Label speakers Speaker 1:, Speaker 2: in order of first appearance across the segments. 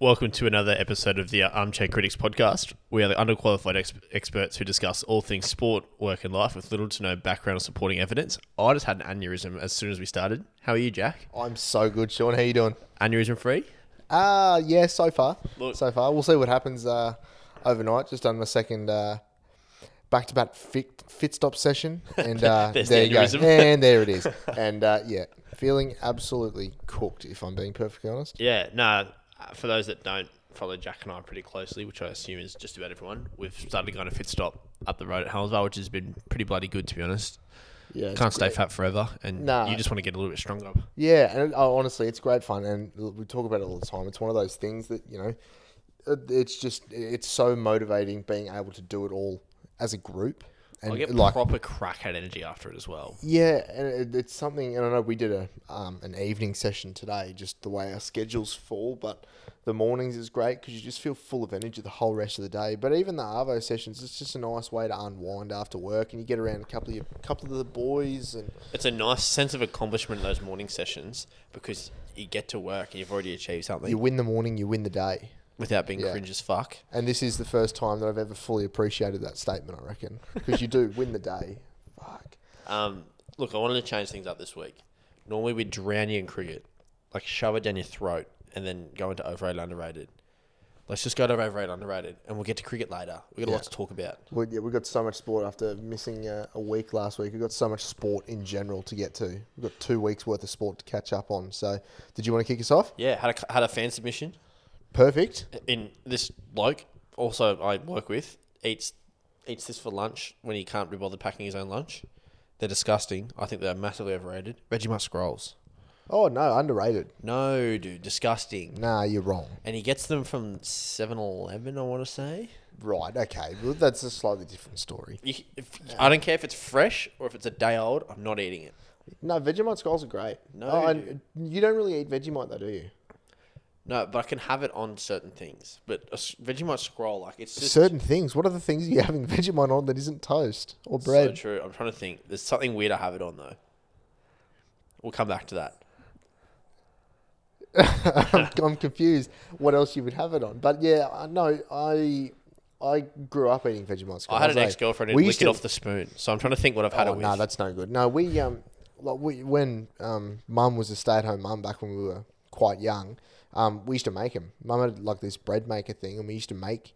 Speaker 1: Welcome to another episode of the Armchair Critics Podcast. We are the underqualified ex- experts who discuss all things sport, work, and life with little to no background or supporting evidence. I just had an aneurysm as soon as we started. How are you, Jack?
Speaker 2: I'm so good, Sean. How you doing?
Speaker 1: Aneurysm free?
Speaker 2: Uh yeah, so far.
Speaker 1: Look-
Speaker 2: So far. We'll see what happens uh, overnight. Just done my second uh, back-to-back fit, fit stop session, and uh,
Speaker 1: There's
Speaker 2: there
Speaker 1: the
Speaker 2: you go,
Speaker 1: aneurysm.
Speaker 2: and there it is. And uh, yeah, feeling absolutely cooked. If I'm being perfectly honest,
Speaker 1: Yeah, no. uh, For those that don't follow Jack and I pretty closely, which I assume is just about everyone, we've started going to fit stop up the road at Helensvale, which has been pretty bloody good, to be honest.
Speaker 2: yeah,
Speaker 1: Can't stay fat forever, and
Speaker 2: Nah.
Speaker 1: you just want to get a little bit stronger.
Speaker 2: Yeah, and oh, honestly, it's great fun, and l- we talk about it all the time. It's one of those things that you know, it- it's just it's so motivating being able to do it all as a group. And
Speaker 1: I get
Speaker 2: like
Speaker 1: proper crackhead energy after it as well.
Speaker 2: Yeah, and it, it's something, and I know we did a um, an evening session today, just the way our schedules fall. But the mornings is great because you just feel full of energy the whole rest of the day. But even the arvo sessions, it's just a nice way to unwind after work, and you get around a couple of your, couple of the boys, and
Speaker 1: It's a nice sense of accomplishment in those morning sessions because you get to work and you've already achieved something
Speaker 2: you win the morning, you win the day.
Speaker 1: without being
Speaker 2: Yeah.
Speaker 1: cringe as fuck.
Speaker 2: And this is the first time that I've ever fully appreciated that statement. I reckon because you do win the day. Fuck.
Speaker 1: Um, look, I wanted to change things up this week. Normally we drown you in cricket, like shove it down your throat and then go into overrated, underrated. Let's just go to overrated, underrated, and we'll get to cricket later. We've got a lot to talk about.
Speaker 2: Well, yeah, we got so much sport after missing uh, a week last week. We've got so much sport in general to get to. We've got two weeks worth of sport to catch up on. So, did you want to kick us off?
Speaker 1: Yeah, had a, had a fan submission
Speaker 2: Perfect.
Speaker 1: in this bloke, also I work with, eats eats this for lunch when he can't be bothered packing his own lunch. They're disgusting. I think they're massively overrated. Vegemite scrolls.
Speaker 2: Oh, no, underrated.
Speaker 1: No, dude, disgusting.
Speaker 2: Nah, you're wrong.
Speaker 1: And he gets them from 7-Eleven, I want to say.
Speaker 2: Right, okay. Well, that's a slightly different story.
Speaker 1: You, if, I don't care if it's fresh or if it's a day old. I'm not eating it.
Speaker 2: No, Vegemite skulls are great. Oh,
Speaker 1: No,
Speaker 2: and you don't really eat Vegemite, though, do you?
Speaker 1: No, but I can have it on certain things. But a s- Vegemite scroll, like it's just
Speaker 2: Certain things. What are the things you're having Vegemite on that isn't toast or
Speaker 1: so
Speaker 2: bread?
Speaker 1: true. I'm trying to think. There's something weird I have it on though. We'll come back to that.
Speaker 2: I'm, I'm confused what else you would have it on. But yeah, I know I I grew up eating Vegemite.
Speaker 1: I had an
Speaker 2: eh?
Speaker 1: ex girlfriend who
Speaker 2: We
Speaker 1: licked
Speaker 2: used
Speaker 1: it
Speaker 2: to-
Speaker 1: off the spoon, so I'm trying to think what I've had
Speaker 2: Oh,
Speaker 1: it with.
Speaker 2: no, that's no good. No, we um like we when um mum was a stay at home mum back when we were quite young, um we used to make them. Mum had like this bread maker thing, and we used to make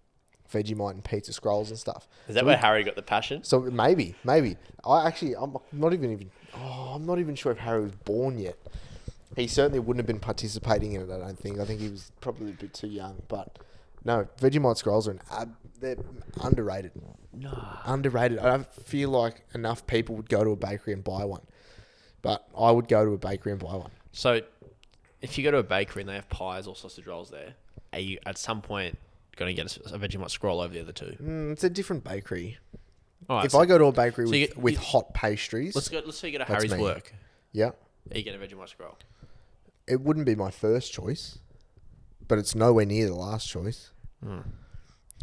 Speaker 2: Vegemite and pizza scrolls and stuff.
Speaker 1: Is that where Harry got the passion?
Speaker 2: So maybe, maybe I actually I'm not even even oh I'm not even sure if Harry was born yet. He certainly wouldn't have been participating in it. I don't think. I think he was probably a bit too young. But no, Vegemite scrolls are an ab- they're underrated.
Speaker 1: No.
Speaker 2: Underrated. I don't feel like enough people would go to a bakery and buy one, but I would go to a bakery and buy one.
Speaker 1: So, if you go to a bakery and they have pies or sausage rolls there, are you at some point going to get a, s- a Vegemite scroll over the other two?
Speaker 2: Mm, it's a different bakery.
Speaker 1: All right,
Speaker 2: If
Speaker 1: so
Speaker 2: I go to a bakery
Speaker 1: so
Speaker 2: with,
Speaker 1: you get-
Speaker 2: with
Speaker 1: you-
Speaker 2: hot pastries,
Speaker 1: let's go. Let's say you go to
Speaker 2: That's
Speaker 1: Harry's
Speaker 2: me.
Speaker 1: work.
Speaker 2: yeah,
Speaker 1: Are you get a Vegemite scroll?
Speaker 2: it wouldn't be my first choice, but it's nowhere near the last choice.
Speaker 1: Hmm.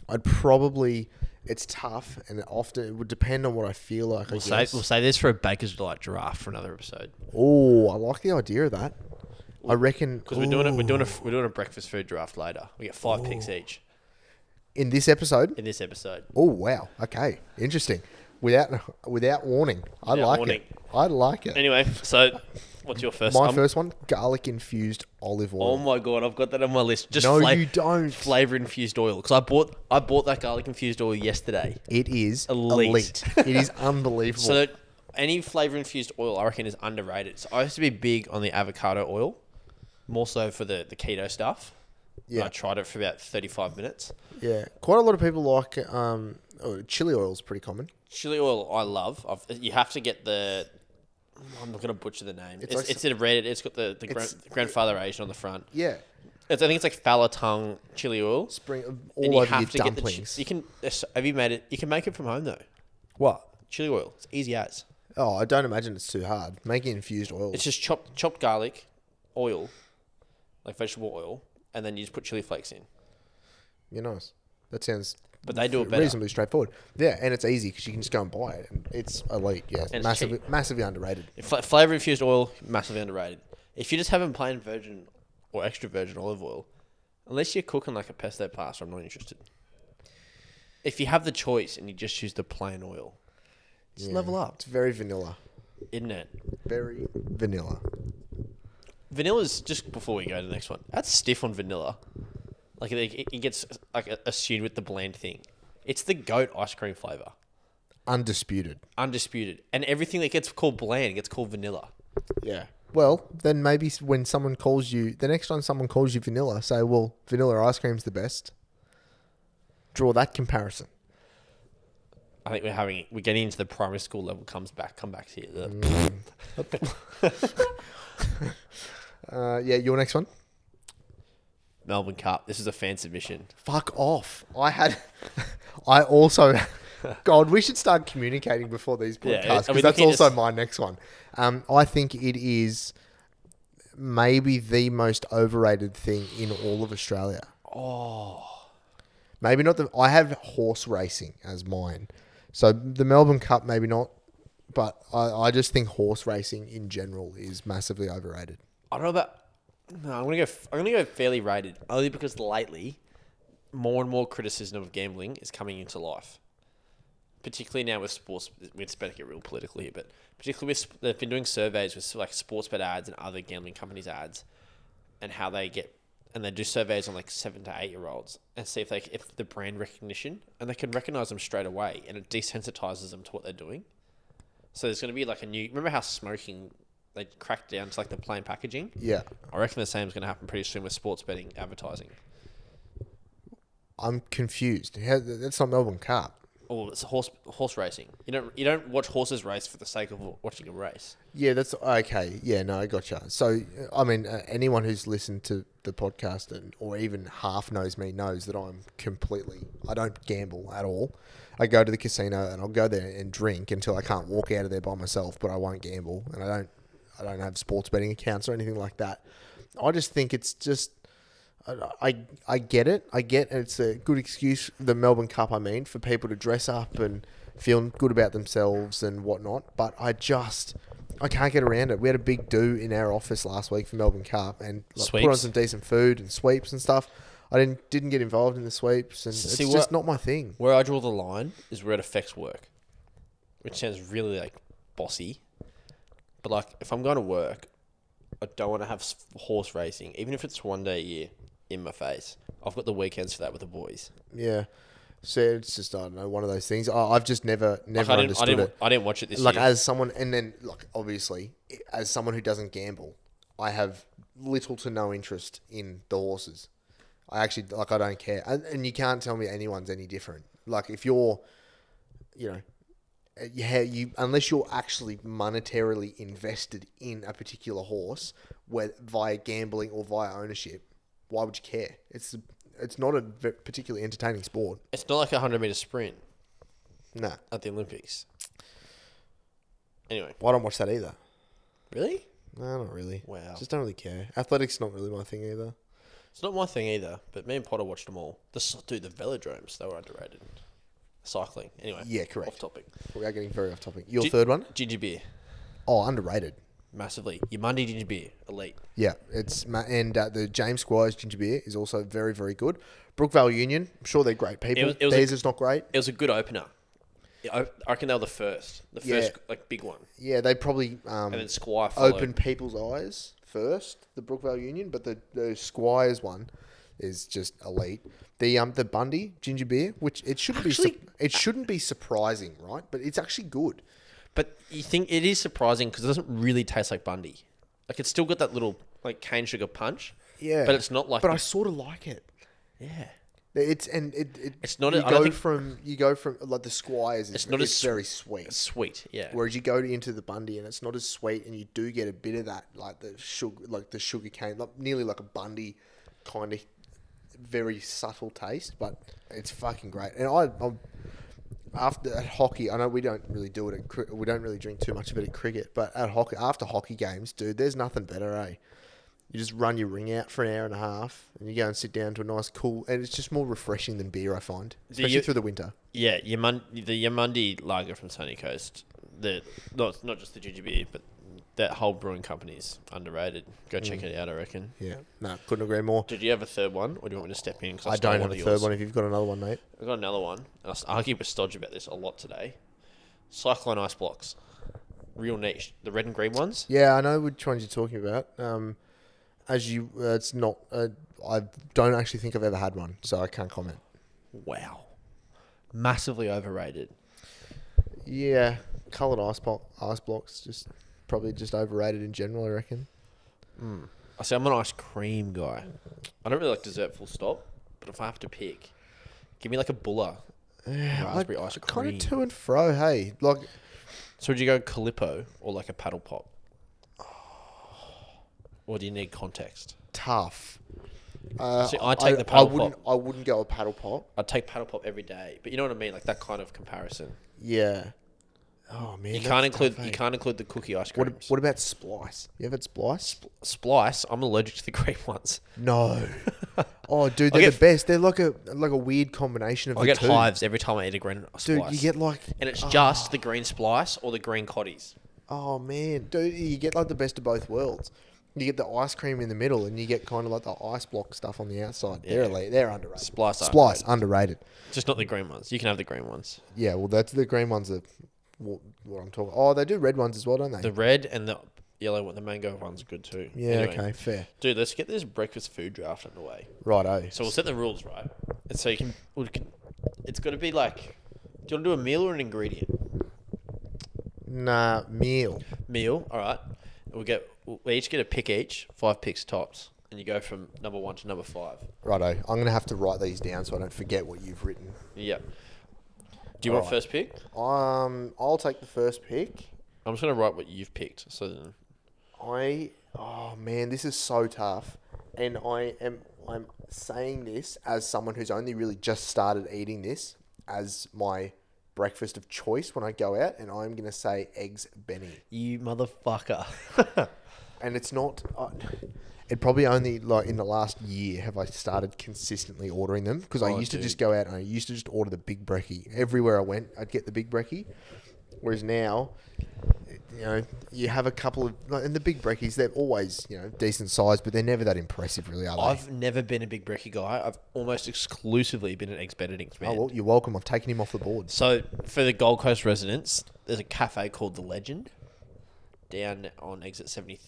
Speaker 2: I'd probably. It's tough, and it often it would depend on what I feel like.
Speaker 1: We'll
Speaker 2: I guess.
Speaker 1: save we'll save this for a baker's delight giraffe for another episode
Speaker 2: oh, I like the idea of that. I reckon
Speaker 1: because we're doing it. We're doing a we're doing a breakfast food draft later. We get five picks each
Speaker 2: in this episode.
Speaker 1: in this episode.
Speaker 2: Oh wow, okay, interesting. Without without warning, I
Speaker 1: Without
Speaker 2: like
Speaker 1: warning.
Speaker 2: it. I like it.
Speaker 1: Anyway, so what's your first?
Speaker 2: My
Speaker 1: I'm-
Speaker 2: first one, garlic infused olive
Speaker 1: Oh
Speaker 2: oil.
Speaker 1: my god, I've got that on my list. Just
Speaker 2: no,
Speaker 1: fla-
Speaker 2: you don't.
Speaker 1: flavor infused oil because I bought I bought that garlic infused oil yesterday.
Speaker 2: It is
Speaker 1: Elite.
Speaker 2: elite. it is unbelievable.
Speaker 1: So that any flavor infused oil, I reckon, is underrated. So I used to be big on the avocado oil, more so for the the keto stuff.
Speaker 2: Yeah.
Speaker 1: I tried it for about thirty five minutes.
Speaker 2: yeah, quite a lot of people like um, oh, chili oil is pretty common.
Speaker 1: chili oil I love. I've, you have to get the. I'm not gonna butcher the name. It's
Speaker 2: like
Speaker 1: it's, in red. It's got the the gran-
Speaker 2: It's-
Speaker 1: grandfather Asian on the front.
Speaker 2: Yeah,
Speaker 1: It's, I think it's like Falatung chili oil.
Speaker 2: spring uh, all
Speaker 1: And you
Speaker 2: over
Speaker 1: have
Speaker 2: your
Speaker 1: to get the.
Speaker 2: dumplings.
Speaker 1: chi- You can it's- have you made it? You can make it from home though.
Speaker 2: what?
Speaker 1: Chili oil. It's easy as.
Speaker 2: Oh, I don't imagine it's too hard. Making infused oil.
Speaker 1: It's just chopped chopped garlic, oil, like vegetable oil, and then you just put chili flakes in.
Speaker 2: You're nice. That sounds.
Speaker 1: But they do it better.
Speaker 2: Reasonably straightforward. Yeah, and it's easy because you can just go and buy it. And it's elite. Yeah,
Speaker 1: it's
Speaker 2: massively, massively underrated.
Speaker 1: Fla flavor infused oil massively underrated. If you just have them plain virgin or extra virgin olive oil, Unless you're cooking like a pesto pasta, I'm not interested. If you have the choice and you just choose the plain oil, just
Speaker 2: Yeah.
Speaker 1: level up,
Speaker 2: It's very vanilla.
Speaker 1: isn't it?
Speaker 2: Very vanilla.
Speaker 1: Vanilla's just before we go to the next one. That's stiff on vanilla. Like it, it- it gets like assumed with the bland thing. It's the goat ice cream flavor,
Speaker 2: Undisputed.
Speaker 1: undisputed, and everything that gets called bland gets called vanilla.
Speaker 2: Yeah. Well, then maybe s- when someone calls you, the next time someone calls you vanilla, say, well, vanilla ice cream's the best. Draw that comparison.
Speaker 1: I think we're having we're getting into the primary school level. Comes back, come back here. The-
Speaker 2: Uh, yeah, your next one.
Speaker 1: Melbourne Cup. This is a fan submission.
Speaker 2: Fuck off. I had, I also, God, we should start communicating before these
Speaker 1: Yeah,
Speaker 2: podcasts because
Speaker 1: I mean,
Speaker 2: that's
Speaker 1: we can't
Speaker 2: also
Speaker 1: just-
Speaker 2: my next one. Um, I think it is maybe the most overrated thing in all of Australia. Oh. Maybe not the, I have horse racing as mine. So the Melbourne Cup, maybe not, but I, I just think horse racing in general is massively overrated.
Speaker 1: I don't know about. No, I'm gonna go. f- I'm gonna go fairly rated only because lately, more and more criticism of gambling is coming into life. Particularly now with sports, we're about to get real political here, but particularly with sp- they've been doing surveys with like sports bet ads and other gambling companies ads, and how they get and they do surveys on like seven to eight year olds and see if they c- if the brand recognition and they can recognize them straight away and it desensitizes them to what they're doing. So there's going to be like a new. Remember how smoking they cracked down to like the plain packaging.
Speaker 2: Yeah.
Speaker 1: I reckon the same is going to happen pretty soon with sports betting advertising.
Speaker 2: I'm confused. How, that's not Melbourne Cup.
Speaker 1: Oh, it's horse horse racing. You don't you don't watch horses race for the sake of watching them race.
Speaker 2: Yeah, that's okay. Yeah, no, I gotcha. So, I mean, uh, anyone who's listened to the podcast and, or even half knows me knows that I'm completely, I don't gamble at all. I go to the casino and I'll go there and drink until I can't walk out of there by myself, but I won't gamble. And I don't, I don't have sports betting accounts or anything like that. I just think it's just, I, I, I get it. I get it's a good excuse, the Melbourne Cup, I mean, for people to dress up and feel good about themselves and whatnot. But I just, I can't get around it. We had a big do in our office last week for Melbourne Cup and like, put on
Speaker 1: Sweeps.
Speaker 2: some decent food and sweeps and stuff. I didn't didn't get involved in the sweeps, and it's
Speaker 1: See, what-
Speaker 2: just not my thing.
Speaker 1: Where I draw the line is where it affects work, which sounds really like bossy. But like, if I'm going to work, I don't want to have s- horse racing, even if it's one day a year, in my face. I've got the weekends for that with the boys.
Speaker 2: Yeah, so it's just I don't know one of those things. I, I've just never
Speaker 1: Like,
Speaker 2: never
Speaker 1: I didn't, I
Speaker 2: understood
Speaker 1: didn't,
Speaker 2: it.
Speaker 1: I didn't watch it this
Speaker 2: like
Speaker 1: year.
Speaker 2: as someone and then like obviously as someone who doesn't gamble i have little to no interest in the horses i actually like i don't care and, and you can't tell me anyone's any different like if you're you know you ha you unless you're actually monetarily invested in a particular horse where via gambling or via ownership why would you care it's it's not a ve- particularly entertaining sport
Speaker 1: it's not like a hundred meter sprint
Speaker 2: nah
Speaker 1: at the Olympics. Anyway,
Speaker 2: i don't watch that either
Speaker 1: really,
Speaker 2: no not really
Speaker 1: Wow.
Speaker 2: just don't really care athletics not really my thing either
Speaker 1: it's not my thing either. But me and Potter watched them all. The s- dude, the velodromes they were underrated. Cycling, anyway.
Speaker 2: Yeah, correct.
Speaker 1: Off topic.
Speaker 2: We are getting very off topic. Your
Speaker 1: Gi-
Speaker 2: third one?
Speaker 1: Ginger beer,
Speaker 2: Oh, underrated.
Speaker 1: massively. Your Monday ginger beer, elite.
Speaker 2: Yeah, it's ma- and uh, the James Squires ginger beer is also very very good. Brookvale Union, I'm sure they're great people.
Speaker 1: It was- it was a-
Speaker 2: Theirs is not great.
Speaker 1: It was a good opener. Yeah, I I reckon they were the first, the
Speaker 2: Yeah.
Speaker 1: first like big one,
Speaker 2: Yeah, they probably um,
Speaker 1: and then Squire followed.
Speaker 2: open people's eyes first. The Brookvale Union, but the, the Squires one is just elite. The um the Bundy ginger beer, which it should be su-
Speaker 1: Actually-
Speaker 2: it shouldn't be surprising, right? But it's actually good.
Speaker 1: But you think it is surprising because it doesn't really taste like Bundy. Like it's still got that little like cane sugar punch.
Speaker 2: Yeah,
Speaker 1: But it's not like.
Speaker 2: But
Speaker 1: the-
Speaker 2: I sort of like it.
Speaker 1: yeah.
Speaker 2: It's and it, it
Speaker 1: It's not a-
Speaker 2: You
Speaker 1: I don't
Speaker 2: go
Speaker 1: think-
Speaker 2: from you go from like the Squires. Is, it's
Speaker 1: not
Speaker 2: not
Speaker 1: as
Speaker 2: it's
Speaker 1: sw-
Speaker 2: very sweet.
Speaker 1: Sweet. Yeah.
Speaker 2: Whereas you go into the Bundy and it's not as sweet, and you do get a bit of that like the sugar, like the sugar cane, like nearly like a Bundy kind of very subtle taste, but it's fucking great. And I, I'm after at hockey. I know we don't really do it at cri- we don't really drink too much of it at cricket, but at hockey after hockey games, dude, there's nothing better, eh? You just run your ring out for an hour and a half, and you go and sit down to a nice cool, and it's just more refreshing than beer, I find, especially
Speaker 1: you-
Speaker 2: through the winter.
Speaker 1: Yeah, Yamun- the Yamundi lager from Sunny Coast. The not not just the ginger beer, but that whole brewing company's underrated.
Speaker 2: Mm.
Speaker 1: Go check it out, I reckon.
Speaker 2: Yeah, no, couldn't agree more.
Speaker 1: Did you have a third one, or do you want me to step in? 'cause
Speaker 2: I
Speaker 1: stole
Speaker 2: don't have
Speaker 1: of
Speaker 2: a
Speaker 1: yours?
Speaker 2: third one. If you've got another one, mate.
Speaker 1: I've got another one. I s- argue with Stodge about this a lot today. Cyclone ice blocks. Real niche. The red and green ones?
Speaker 2: Yeah, I know which ones you're talking about. Um, as you, uh, it's not. Uh, I don't actually think I've ever had one, so I can't comment.
Speaker 1: Wow. Massively overrated.
Speaker 2: Yeah, coloured ice block, ice blocks, just probably just overrated in general. I reckon.
Speaker 1: I say I'm an ice cream guy. I don't really like dessert full stop, but if I have to pick, give me like a bulla. raspberry ice
Speaker 2: Kind
Speaker 1: cream.
Speaker 2: of to and fro. Hey, like
Speaker 1: so would you go calippo or like a paddle pop? Or do you need context?
Speaker 2: tough. Uh,
Speaker 1: See, I take the paddle
Speaker 2: I wouldn't. I wouldn't go a paddle pop.
Speaker 1: I'd take paddle pop every day, but you know what I mean, like that kind of comparison.
Speaker 2: Yeah. Oh man,
Speaker 1: You
Speaker 2: that's
Speaker 1: can't
Speaker 2: tough,
Speaker 1: include
Speaker 2: eh?
Speaker 1: you can't include the cookie ice cream.
Speaker 2: What, what about splice? You ever had splice?
Speaker 1: Splice, I'm allergic to the green ones.
Speaker 2: No. oh, dude,
Speaker 1: I
Speaker 2: they're
Speaker 1: get-
Speaker 2: the best. They're like a like a weird combination of
Speaker 1: I
Speaker 2: the
Speaker 1: get
Speaker 2: two.
Speaker 1: hives every time I eat a green splice.
Speaker 2: Dude, you get Ah. like uh,
Speaker 1: and it's just the green splice or the green cotties.
Speaker 2: oh man, dude, you get like the best of both worlds. You get the ice cream in the middle, and you get kind of like the ice block stuff on the outside. They're
Speaker 1: Yeah.
Speaker 2: elite. They're underrated.
Speaker 1: Splice are
Speaker 2: splice underrated.
Speaker 1: Just not the green ones. You can have the green ones.
Speaker 2: Yeah, well, that's the green ones that what, what I'm talking. Oh, they do red ones as well, don't they?
Speaker 1: The red and the yellow one, the mango one's good too.
Speaker 2: yeah.
Speaker 1: Anyway,
Speaker 2: Okay. Fair.
Speaker 1: Dude, let's get this breakfast food draft underway.
Speaker 2: Righto.
Speaker 1: So we'll set the rules, right? And so you can, we can it's got to be like, do you want to do a meal or an ingredient?
Speaker 2: Nah, meal.
Speaker 1: Meal, all right. We get we each get a pick each, five picks tops, and you go from number one to number five.
Speaker 2: Righto. I'm gonna have to write these down so I don't forget what you've written.
Speaker 1: Yeah. Do you want
Speaker 2: Alright.
Speaker 1: first pick?
Speaker 2: Um, I'll take the first pick.
Speaker 1: I'm just gonna write what you've picked. So then,
Speaker 2: I oh man, this is so tough, and I am I'm saying this as someone who's only really just started eating this as my breakfast of choice when I go out, and I'm gonna say eggs Benny,
Speaker 1: you motherfucker.
Speaker 2: and it's not. Uh, it probably only like in the last year have I started consistently ordering them because I
Speaker 1: Oh,
Speaker 2: used
Speaker 1: dude.
Speaker 2: to just go out and I used to just order the big brekkie everywhere I went. I'd get the big brekkie, whereas now you know, you have a couple of like, and the big brekkies. They're always you know decent size, but they're never that impressive, really, are they?
Speaker 1: I've never been a big brekkie guy. I've almost exclusively been an eggs Benedict man.
Speaker 2: oh well, you're welcome. I've taken him off the board.
Speaker 1: So for the Gold Coast residents, there's a cafe called the Legend down on exit 73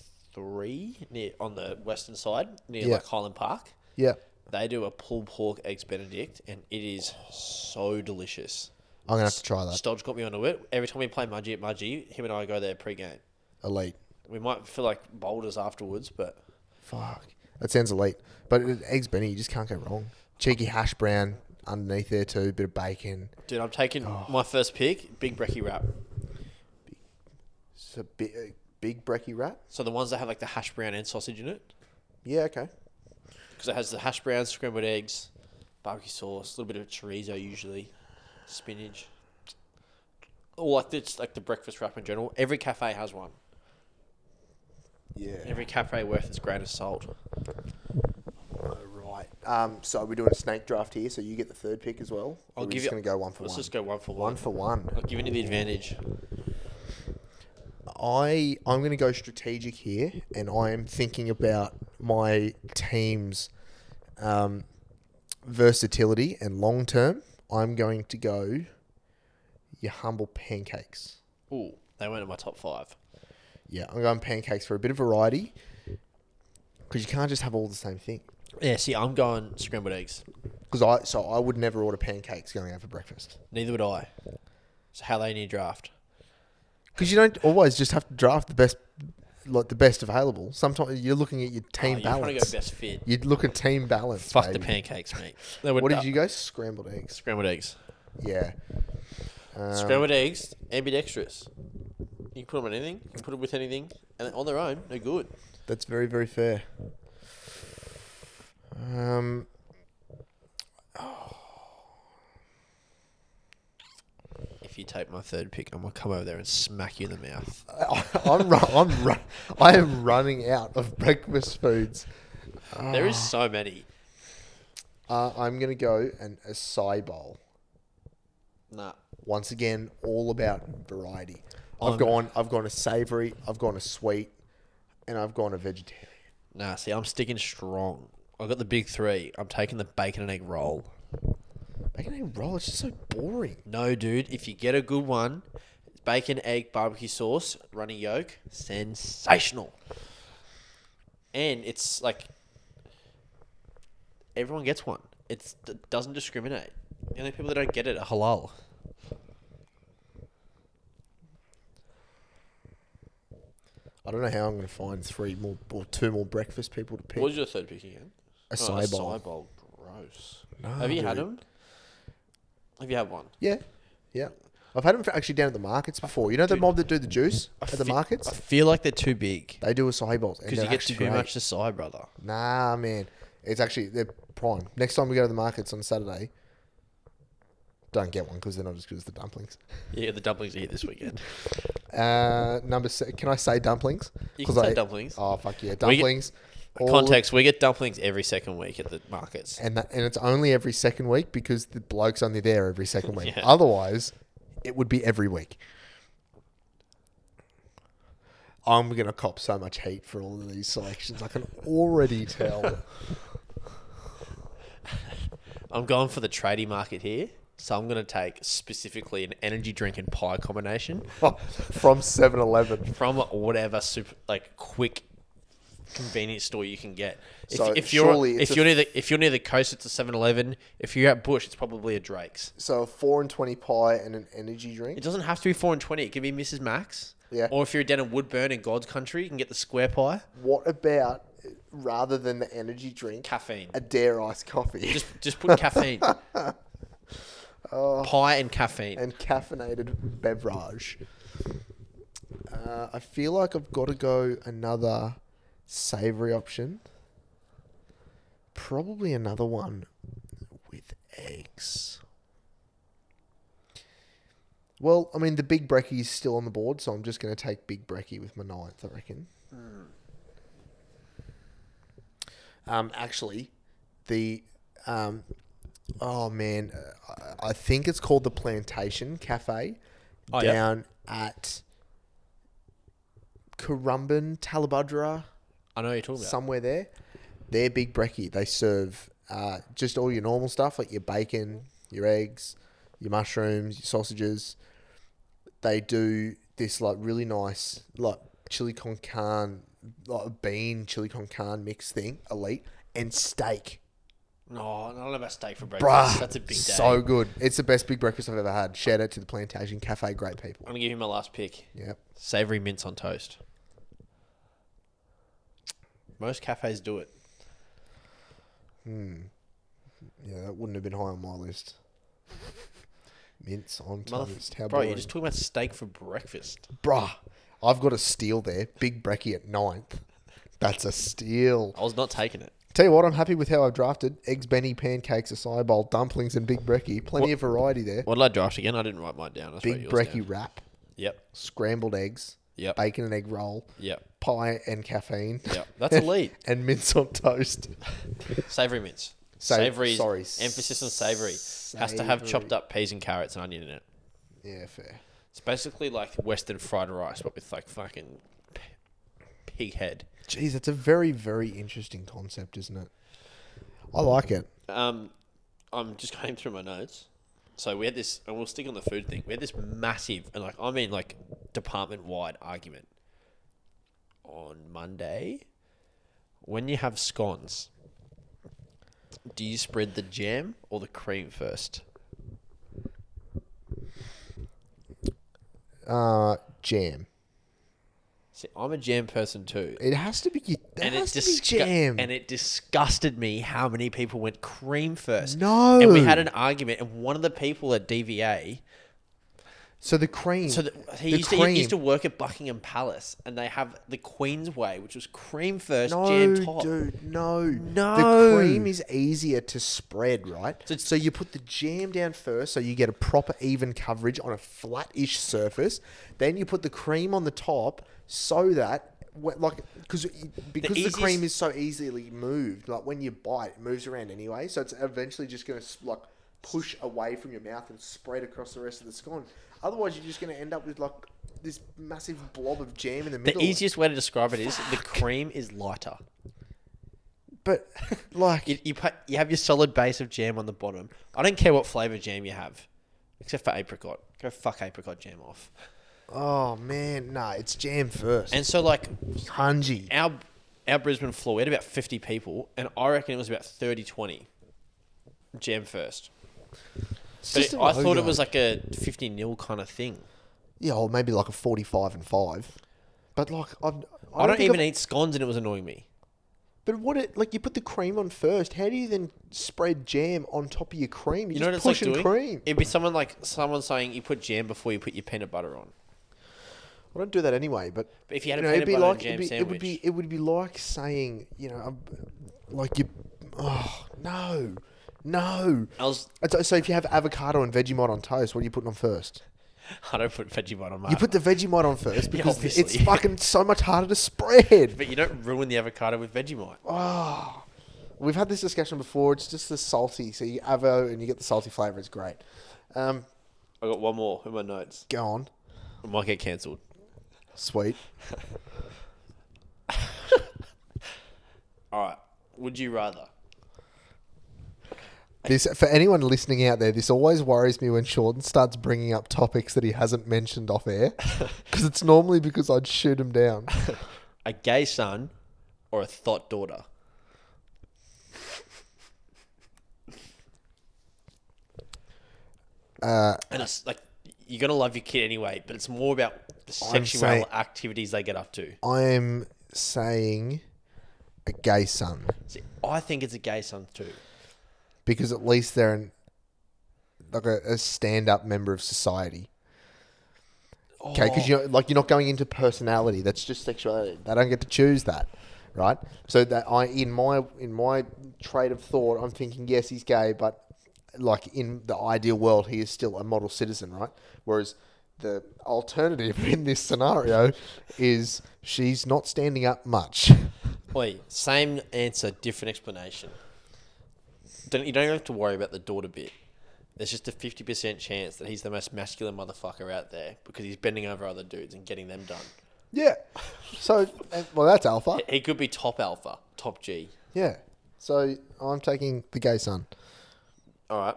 Speaker 1: near on the western side near
Speaker 2: Yeah.
Speaker 1: like Highland Park.
Speaker 2: Yeah,
Speaker 1: They do a pulled pork eggs Benedict, and it is so delicious.
Speaker 2: I'm gonna have to try that.
Speaker 1: Stodge got me onto it. Every time we play Mudgy at Mudgy, him and I go there pre-game.
Speaker 2: Elite.
Speaker 1: We might feel like boulders afterwards, but
Speaker 2: Fuck, that sounds elite. But it- eggs Benny, you just can't go wrong. Cheeky hash brown underneath there too. Bit of bacon.
Speaker 1: dude, I'm taking
Speaker 2: Oh.
Speaker 1: my first pick, big brekkie wrap.
Speaker 2: It's a bit a big brekkie wrap.
Speaker 1: So the ones that have like the hash brown and sausage in it,
Speaker 2: Yeah, okay.
Speaker 1: because it has the hash browns, scrambled eggs, barbecue sauce, a little bit of chorizo usually, spinach. Or like it's like the breakfast wrap in general. Every cafe has one.
Speaker 2: Yeah.
Speaker 1: Every cafe worth its grain of salt.
Speaker 2: Right. Um. So we're doing a snake draft here. So you get the third pick as well.
Speaker 1: I'll
Speaker 2: Or we're
Speaker 1: give
Speaker 2: just
Speaker 1: you-
Speaker 2: Gonna go one for
Speaker 1: Let's
Speaker 2: one.
Speaker 1: just go one for one.
Speaker 2: one for one.
Speaker 1: I'm giving you the advantage.
Speaker 2: I I'm going to go strategic here, and I'm thinking about my team's um, versatility and long term. I'm going to go your humble pancakes.
Speaker 1: Ooh, they weren't in my top five.
Speaker 2: Yeah, I'm going pancakes for a bit of variety because you can't just have all the same thing.
Speaker 1: Yeah, see, I'm going scrambled eggs.
Speaker 2: Because I so I would never order pancakes going out for breakfast
Speaker 1: Neither would I. So how they need draft.
Speaker 2: because you don't always just have to draft the best like the best available. Sometimes you're looking at your
Speaker 1: Oh,
Speaker 2: team
Speaker 1: you're trying to go
Speaker 2: balance.
Speaker 1: best fit.
Speaker 2: You'd look at team balance.
Speaker 1: Fuck the
Speaker 2: baby.
Speaker 1: pancakes, mate. They were
Speaker 2: What
Speaker 1: du-
Speaker 2: did you go? Scrambled eggs.
Speaker 1: Scrambled eggs.
Speaker 2: Yeah. Um,
Speaker 1: Scrambled eggs, ambidextrous. You can put them on anything. You can put them with anything, and on their own, they're good.
Speaker 2: That's very, very fair. Um.
Speaker 1: If you take my third pick, I'm gonna come over there and smack you in the mouth.
Speaker 2: I- I'm run, I'm run, I am running out of breakfast foods.
Speaker 1: There is so many.
Speaker 2: Uh, I'm gonna go an acai bowl.
Speaker 1: Nah,
Speaker 2: Once again, all about variety. I've
Speaker 1: I'm-
Speaker 2: gone. I've gone a savoury. I've gone a sweet, and I've gone a vegetarian.
Speaker 1: Nah, see, I'm sticking strong. I got the big three. I'm taking the bacon and egg roll.
Speaker 2: Bacon egg roll. It's just so boring.
Speaker 1: No, dude, if you get a good one, bacon, egg, barbecue sauce, runny yolk, sensational. And it's like everyone gets one. It's, it doesn't discriminate. The only people that don't get it are halal.
Speaker 2: I don't know how I'm going to find three more or two more breakfast people to pick.
Speaker 1: What was your third pick again?
Speaker 2: A acai bowl.
Speaker 1: acai gross.
Speaker 2: No,
Speaker 1: Have you had
Speaker 2: dude.
Speaker 1: them? Have you had one?
Speaker 2: Yeah, yeah. I've had them actually down at the markets before. You know the mob that do the juice at the markets?
Speaker 1: I feel like they're too big
Speaker 2: They do acai bowls and
Speaker 1: because you
Speaker 2: they're
Speaker 1: get
Speaker 2: actually
Speaker 1: too
Speaker 2: great.
Speaker 1: much acai, brother.
Speaker 2: Nah, man, it's actually they're prime. Next time we go to the markets on Saturday, don't get one because they're not as good as the dumplings.
Speaker 1: Yeah, the dumplings are here this weekend.
Speaker 2: Uh, number six, can I say dumplings?
Speaker 1: You
Speaker 2: 'Cause
Speaker 1: can say
Speaker 2: I-
Speaker 1: dumplings.
Speaker 2: Oh fuck yeah, dumplings. all-
Speaker 1: Context: We get dumplings every second week at the markets.
Speaker 2: and that, and it's only every second week because the bloke's only there every second week.
Speaker 1: Yeah.
Speaker 2: Otherwise, it would be every week. I'm gonna cop so much heat for all of these selections. I can already tell.
Speaker 1: I'm going for the tradie market here, so I'm going to take specifically an energy drink and pie combination
Speaker 2: from 7-Eleven.
Speaker 1: from whatever super like quick convenience store you can get. If,
Speaker 2: So
Speaker 1: if you're
Speaker 2: surely
Speaker 1: if
Speaker 2: it's a-
Speaker 1: you're near the if you're near the coast, it's a 7-Eleven. If you're at Bush, it's probably a Drake's.
Speaker 2: So a four and twenty pie and an energy drink.
Speaker 1: It doesn't have to be four and twenty. It can be Mrs. Max.
Speaker 2: Yeah.
Speaker 1: Or if you're down in Woodburn in God's country, you can get the square pie.
Speaker 2: What about rather than the energy drink,
Speaker 1: Caffeine.
Speaker 2: a dare iced coffee
Speaker 1: Just just put caffeine. Pie and caffeine.
Speaker 2: Oh. and caffeinated beverage? Uh, I feel like I've got to go another savory option. Probably another one with eggs. Well, I mean, the big brekkie is still on the board, so I'm just going to take big brekkie with my ninth, I reckon.
Speaker 1: Hmm.
Speaker 2: Um, actually, the um, oh man, uh, I I think it's called the Plantation Cafe
Speaker 1: Oh, yeah.
Speaker 2: down at Currumbin, Talabudra,
Speaker 1: I know what you're talking about.
Speaker 2: somewhere there. They're big brekkie. They serve uh, just all your normal stuff like your bacon, your eggs, your mushrooms, your sausages. They do this like really nice like chili con carne, like bean chili con carne mix thing, elite, and steak.
Speaker 1: No, not about steak for breakfast.
Speaker 2: Bruh,
Speaker 1: That's a big day.
Speaker 2: So good. It's the best big breakfast I've ever had. Shout out to the Plantation Cafe. Great people.
Speaker 1: I'm gonna give you my last pick.
Speaker 2: Yep.
Speaker 1: Savory mince on toast. Most cafes do it.
Speaker 2: Yeah, that wouldn't have been high on my list. Mince on
Speaker 1: Mother-
Speaker 2: toast. How
Speaker 1: bro,
Speaker 2: boring.
Speaker 1: you're just talking about steak for breakfast.
Speaker 2: Bruh, I've got a steal there. Big brekkie at ninth. That's a steal.
Speaker 1: I was not taking it.
Speaker 2: Tell you what, I'm happy with how I've drafted. Eggs, Benny, pancakes, acai bowl, dumplings, and big brekkie. Plenty of variety there.
Speaker 1: What did I draft again? I didn't write mine down. I just wrote
Speaker 2: Big
Speaker 1: yours
Speaker 2: brekkie
Speaker 1: down.
Speaker 2: wrap,
Speaker 1: Yep.
Speaker 2: scrambled eggs,
Speaker 1: Yep.
Speaker 2: bacon and egg roll,
Speaker 1: Yep.
Speaker 2: pie and caffeine,
Speaker 1: Yep. That's elite.
Speaker 2: and mince on toast.
Speaker 1: Savory mince.
Speaker 2: Sa-
Speaker 1: savory.
Speaker 2: sorry,
Speaker 1: Emphasis on savory. Has to have chopped
Speaker 2: savory.
Speaker 1: up peas and carrots and onion in it.
Speaker 2: Yeah, fair.
Speaker 1: It's basically like Western fried rice, but with like fucking p- pig head.
Speaker 2: Jeez, that's a very, very interesting concept, isn't it? I like it.
Speaker 1: Um, I'm just going through my notes. So we had this, and we'll stick on the food thing. We had this massive, and like I mean, like department wide argument on Monday. When you have scones, do you spread the jam or the cream first?
Speaker 2: Uh, jam.
Speaker 1: See, I'm a jam person too,
Speaker 2: It has to be. It
Speaker 1: and it
Speaker 2: has to
Speaker 1: disgu-
Speaker 2: be jam.
Speaker 1: and it disgusted me how many people went cream first.
Speaker 2: No.
Speaker 1: and we had an argument, and one of the people at DVA
Speaker 2: so the cream.
Speaker 1: So the, he,
Speaker 2: the
Speaker 1: used to, he used to work at Buckingham Palace, and they have the Queen's Way, which was cream first,
Speaker 2: No,
Speaker 1: jam top.
Speaker 2: dude, no,
Speaker 1: No.
Speaker 2: The cream is easier to spread, right? So, you put the jam down first, so you get a proper even coverage on a flat-ish surface. Then you put the cream on the top, so that wh- like because because the,
Speaker 1: easiest-
Speaker 2: cream is so easily moved, like when you bite, it moves around anyway. So it's eventually just gonna s- like push away from your mouth and spread across the rest of the scone. Otherwise, you're just gonna end up with like this massive blob of jam in the
Speaker 1: The
Speaker 2: middle.
Speaker 1: easiest way to describe it is the cream is lighter.
Speaker 2: but like
Speaker 1: You, you, put, you have your solid base of jam on the bottom. I don't care what flavour jam you have, except for apricot. Go fuck apricot jam off.
Speaker 2: Oh man, nah, it's jam first.
Speaker 1: And so, like,
Speaker 2: Hanji.
Speaker 1: our our Brisbane floor, we had about 50 people, and I reckon it was about 30 20. Jam first. But it- I thought it was like a 50 nil kind of thing.
Speaker 2: yeah, or maybe like a forty-five and five. But like I've, I don't,
Speaker 1: I don't
Speaker 2: think
Speaker 1: even
Speaker 2: I've-
Speaker 1: eat scones, and it was annoying me.
Speaker 2: But what it like you put the cream on first. How do you then spread jam on top of your cream?
Speaker 1: You
Speaker 2: You're
Speaker 1: know what
Speaker 2: just
Speaker 1: it's like
Speaker 2: pushing
Speaker 1: doing?
Speaker 2: cream.
Speaker 1: It'd be someone like someone saying you put jam before you put your peanut butter on.
Speaker 2: I don't do that anyway. But,
Speaker 1: But if you had a
Speaker 2: you know,
Speaker 1: peanut
Speaker 2: it'd be
Speaker 1: butter
Speaker 2: like
Speaker 1: and jam
Speaker 2: it'd be,
Speaker 1: sandwich,
Speaker 2: it would be it would be like saying you know um, like you oh no no.
Speaker 1: I was
Speaker 2: And so- So if you have avocado and Vegemite on toast, what are you putting on first?
Speaker 1: I don't put Vegemite on mine.
Speaker 2: You put the Vegemite on first because it's
Speaker 1: obviously.
Speaker 2: fucking so much harder to spread.
Speaker 1: but you don't ruin the avocado with Vegemite.
Speaker 2: Oh, we've had this discussion before. It's just the salty. So you avo and you get the salty flavor. It's great. Um,
Speaker 1: I got one more in my notes.
Speaker 2: go on.
Speaker 1: It might get cancelled.
Speaker 2: Sweet.
Speaker 1: All right. Would you rather?
Speaker 2: This for anyone listening out there. This always worries me when Sean starts bringing up topics that he hasn't mentioned off air, because it's normally because I'd shoot him down.
Speaker 1: A gay son or a thought daughter?
Speaker 2: Uh,
Speaker 1: And it's like you're gonna love your kid anyway, but it's more about the
Speaker 2: I'm
Speaker 1: sexual
Speaker 2: saying-
Speaker 1: activities they get up to.
Speaker 2: I am saying a gay son
Speaker 1: See, I think it's a gay son too.
Speaker 2: because at least they're an, like a, a stand-up member of society. Okay, because you're like you're not going into personality. That's just sexuality. They don't get to choose that, right? So that I in my in my trade of thought, I'm thinking yes, he's gay, but like in the ideal world, he is still a model citizen, right? Whereas the alternative in this scenario is she's not standing up much.
Speaker 1: Oi, same answer, different explanation. Don't, you don't have to worry about the daughter bit. There's just a 50% chance that he's the most masculine motherfucker out there because he's bending over other dudes and getting them done.
Speaker 2: Yeah. So uh, well, that's alpha.
Speaker 1: He could be top alpha, top G.
Speaker 2: Yeah. So I'm taking the gay son.
Speaker 1: All right.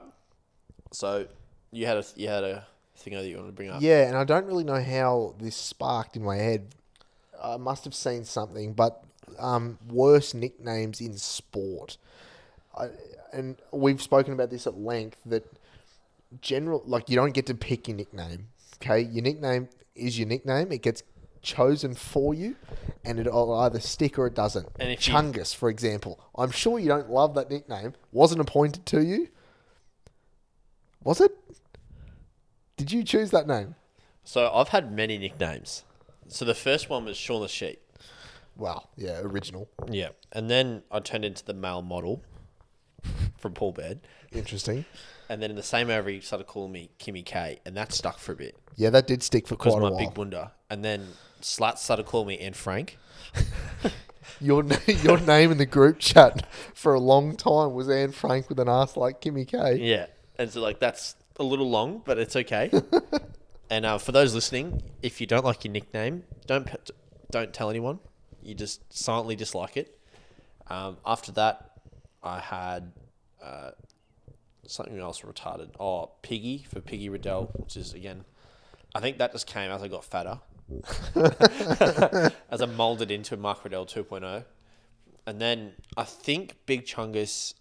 Speaker 1: So you had a you had a thing that you wanted to bring up.
Speaker 2: Yeah, and I don't really know how this sparked in my head. I must have seen something, but um, worse nicknames in sport. I, and we've spoken about this at length that general, like, you don't get to pick your nickname. Okay, your nickname is your nickname. It gets chosen for you, and it'll either stick or it doesn't.
Speaker 1: And if you-
Speaker 2: Chungus, for example, I'm sure you don't love that nickname. Wasn't appointed to you, was it? Did you choose that name?
Speaker 1: So I've had many nicknames. So the first one was Shaun the Sheep.
Speaker 2: Wow. Yeah, original.
Speaker 1: Yeah. And then I turned into the male model from Paul Baird.
Speaker 2: Interesting.
Speaker 1: And then in the same hour, he started calling me Kimmy K, and that stuck for a bit
Speaker 2: Yeah, that did stick for
Speaker 1: because
Speaker 2: quite
Speaker 1: my
Speaker 2: a while.
Speaker 1: big bunda. And then Slut started calling me Anne Frank.
Speaker 2: Your na- your name in the group chat for a long time was Anne Frank with an ass like Kimmy K.
Speaker 1: Yeah, and so like that's a little long, but it's okay. and uh, for those listening, if you don't like your nickname, don't pe- don't tell anyone. You just silently dislike it. Um, after that, I had uh, something else retarded. Oh, Piggy for Piggy Riddell, which is again, I think that just came as I got fatter, as I molded into Mark Riddell 2.0. And then I think Big Chungus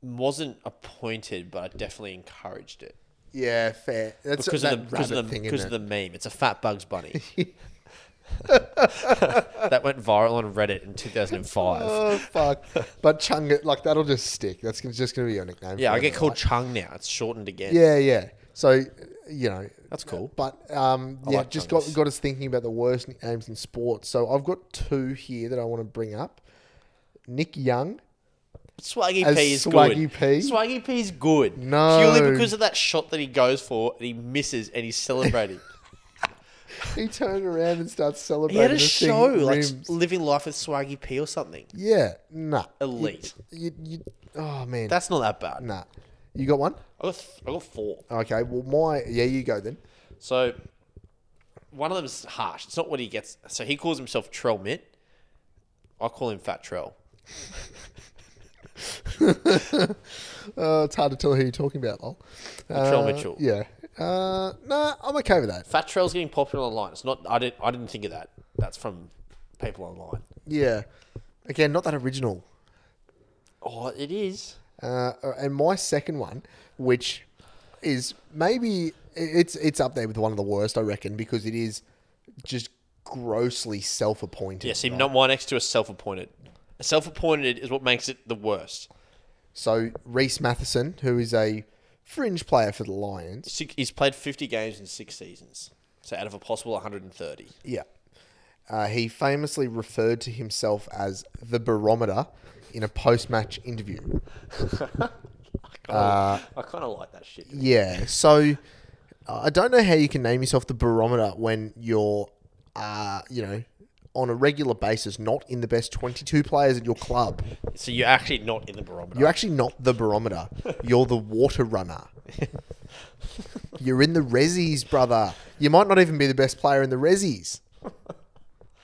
Speaker 1: wasn't appointed, but I definitely encouraged it
Speaker 2: Yeah, fair. That's
Speaker 1: because
Speaker 2: that
Speaker 1: of the because of
Speaker 2: rabbit
Speaker 1: the,
Speaker 2: thing,
Speaker 1: because
Speaker 2: isn't
Speaker 1: of
Speaker 2: it?
Speaker 1: the meme. It's a fat Bugs Bunny. that went viral on Reddit in 2005.
Speaker 2: Oh fuck! But Chunga, like that'll just stick. That's gonna- just going to be your nickname.
Speaker 1: yeah, I
Speaker 2: forever,
Speaker 1: get called
Speaker 2: right?
Speaker 1: Chung now. It's shortened again.
Speaker 2: Yeah, yeah. So you know
Speaker 1: That's cool.
Speaker 2: But um, yeah,
Speaker 1: like
Speaker 2: just
Speaker 1: Chungus.
Speaker 2: got got us thinking about the worst nicknames in sports. So I've got two here that I want to bring up. Nick Young.
Speaker 1: Swaggy
Speaker 2: As
Speaker 1: P is
Speaker 2: Swaggy
Speaker 1: good.
Speaker 2: P?
Speaker 1: Swaggy P is good.
Speaker 2: No.
Speaker 1: purely because of that shot that he goes for and he misses and he's celebrating.
Speaker 2: He turned around and starts
Speaker 1: he
Speaker 2: celebrating.
Speaker 1: had a
Speaker 2: the thing
Speaker 1: show like
Speaker 2: rims.
Speaker 1: living life with Swaggy P or something.
Speaker 2: Yeah, nah.
Speaker 1: Elite.
Speaker 2: You, you, oh man,
Speaker 1: That's not that bad.
Speaker 2: nah. You got one?
Speaker 1: I got th- I got four.
Speaker 2: Okay. Well, my yeah, you go then.
Speaker 1: So one of them's harsh. It's not what he gets. So he calls himself Trell Mitt. I call him Fat Trell.
Speaker 2: Uh, it's hard to tell who you're talking about, lol.
Speaker 1: Latrell
Speaker 2: Uh,
Speaker 1: Mitchell.
Speaker 2: Yeah. Uh, nah, I'm okay with that.
Speaker 1: Fat Trell's getting popular online. It's not. I didn't. I didn't think of that. That's from people online.
Speaker 2: Yeah. Again, not that original.
Speaker 1: Oh, it is.
Speaker 2: Uh, and my second one, which is maybe it's it's up there with one of the worst, I reckon, because it is just grossly self-appointed.
Speaker 1: Yes, him not one next to a self-appointed. A self-appointed is what makes it the worst.
Speaker 2: So Reese Matheson, who is a fringe player for the Lions,
Speaker 1: Six, he's played 50 games in six seasons. So out of a possible 130.
Speaker 2: yeah, uh, he famously referred to himself as the barometer in a post-match interview.
Speaker 1: I
Speaker 2: Uh,
Speaker 1: kind of like that shit.
Speaker 2: Yeah. So uh, I don't know how you can name yourself the barometer when you're, uh, you know, on a regular basis not in the best 22 players at your club.
Speaker 1: So you're actually not in the barometer.
Speaker 2: You're actually not the barometer. You're the water runner. you're in the resis, brother. You might not even be the best player in the resis.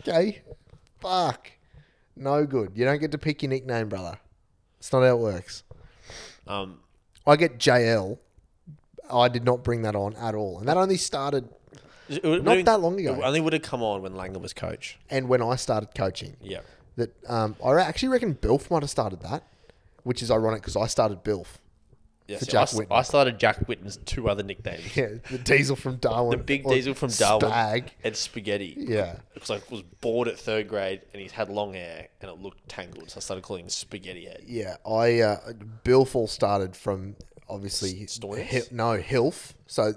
Speaker 2: Okay. Fuck. No good. You don't get to pick your nickname, brother. It's not how it works.
Speaker 1: Um,
Speaker 2: I get JL. I did not bring that on at all, and that only started
Speaker 1: it would-
Speaker 2: Not
Speaker 1: would-
Speaker 2: that long ago.
Speaker 1: It only would have come on when Langdon was coach.
Speaker 2: and when I started coaching.
Speaker 1: Yeah.
Speaker 2: That um, I re- actually reckon Bilf might have started that, which is ironic because I started Bilf.
Speaker 1: Yeah,
Speaker 2: For
Speaker 1: see, I,
Speaker 2: Jack
Speaker 1: s-
Speaker 2: Whitten.
Speaker 1: I started Jack Whitten's two other nicknames.
Speaker 2: Yeah, the diesel from Darwin.
Speaker 1: The big
Speaker 2: or
Speaker 1: diesel from Darwin
Speaker 2: Spag.
Speaker 1: and spaghetti.
Speaker 2: Yeah.
Speaker 1: Because I was bored at third grade and he's had long hair and it looked tangled. So I started calling him spaghetti head.
Speaker 2: Yeah, I uh, Bilf all started from obviously
Speaker 1: S- Stoinis?
Speaker 2: Hi- no Hilf. So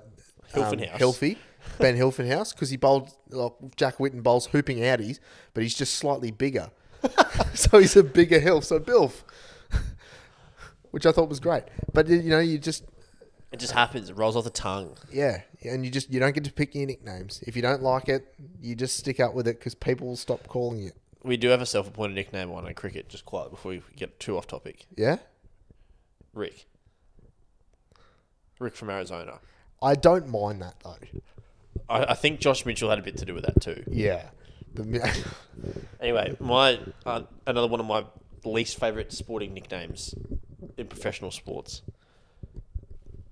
Speaker 1: Hilfenhaus.
Speaker 2: Hilfy. Ben Hilfenhouse because he bowled like Jack Whitten bowls hooping outies, but he's just slightly bigger. so he's a bigger Hilf. So Bilf, which I thought was great. But you know, you just
Speaker 1: It just happens. It rolls off the tongue.
Speaker 2: yeah, and you just you don't get to pick your nicknames. If you don't like it, you just stick up with it because people will stop calling you.
Speaker 1: We do have a self appointed nickname on in cricket, just quiet before we get too off topic.
Speaker 2: Yeah.
Speaker 1: Rick. Rick from Arizona.
Speaker 2: I don't mind that though.
Speaker 1: I, I think Josh Mitchell had a bit to do with that too.
Speaker 2: Yeah. The,
Speaker 1: Anyway, my uh, another one of my least favorite sporting nicknames in professional sports,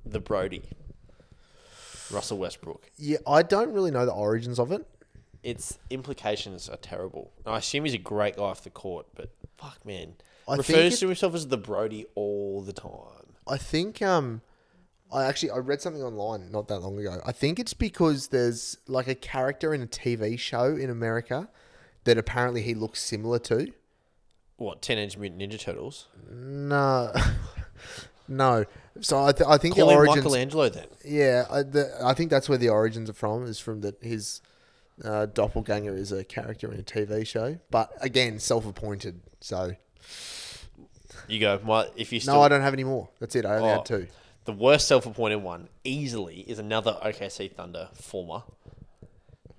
Speaker 1: the Brody, Russell Westbrook.
Speaker 2: Yeah, I don't really know the origins of it.
Speaker 1: Its implications are terrible. And I assume he's a great guy off the court, but fuck man,
Speaker 2: I think
Speaker 1: refers
Speaker 2: it-
Speaker 1: to himself as the Brody all the time.
Speaker 2: I think um I actually I read something online not that long ago. I think it's because there's like a character in a TV show in America that apparently he looks similar to.
Speaker 1: What Teenage Mutant Ninja Turtles?
Speaker 2: No. no. So I, th- I think
Speaker 1: Call
Speaker 2: the
Speaker 1: him
Speaker 2: origins
Speaker 1: Michelangelo then.
Speaker 2: Yeah, I, the, I think that's where the origins are from is from that his uh, doppelganger is a character in a TV show, but again, self-appointed. So
Speaker 1: You go. My if you still
Speaker 2: no, I don't have any more. That's it. I only
Speaker 1: Oh.
Speaker 2: had two.
Speaker 1: The worst self-appointed one, easily, is another OKC Thunder former.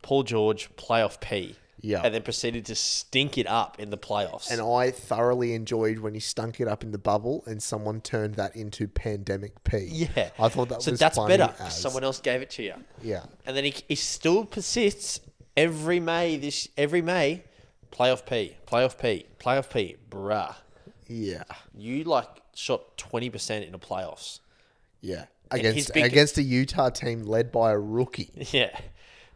Speaker 1: Paul George, playoff P.
Speaker 2: Yeah.
Speaker 1: And then proceeded to stink it up in the playoffs.
Speaker 2: And I thoroughly enjoyed when he stunk it up in the bubble and someone turned that into pandemic P.
Speaker 1: yeah.
Speaker 2: I thought that
Speaker 1: so
Speaker 2: was
Speaker 1: that's
Speaker 2: funny
Speaker 1: better. 'cause
Speaker 2: as-
Speaker 1: Someone else gave it to you.
Speaker 2: Yeah.
Speaker 1: And then he, he still persists every May this every May. Playoff P, playoff P, playoff P, bruh.
Speaker 2: Yeah.
Speaker 1: You like shot twenty percent in the playoffs.
Speaker 2: Yeah.
Speaker 1: his
Speaker 2: Against
Speaker 1: big-
Speaker 2: against a Utah team led by a rookie.
Speaker 1: Yeah,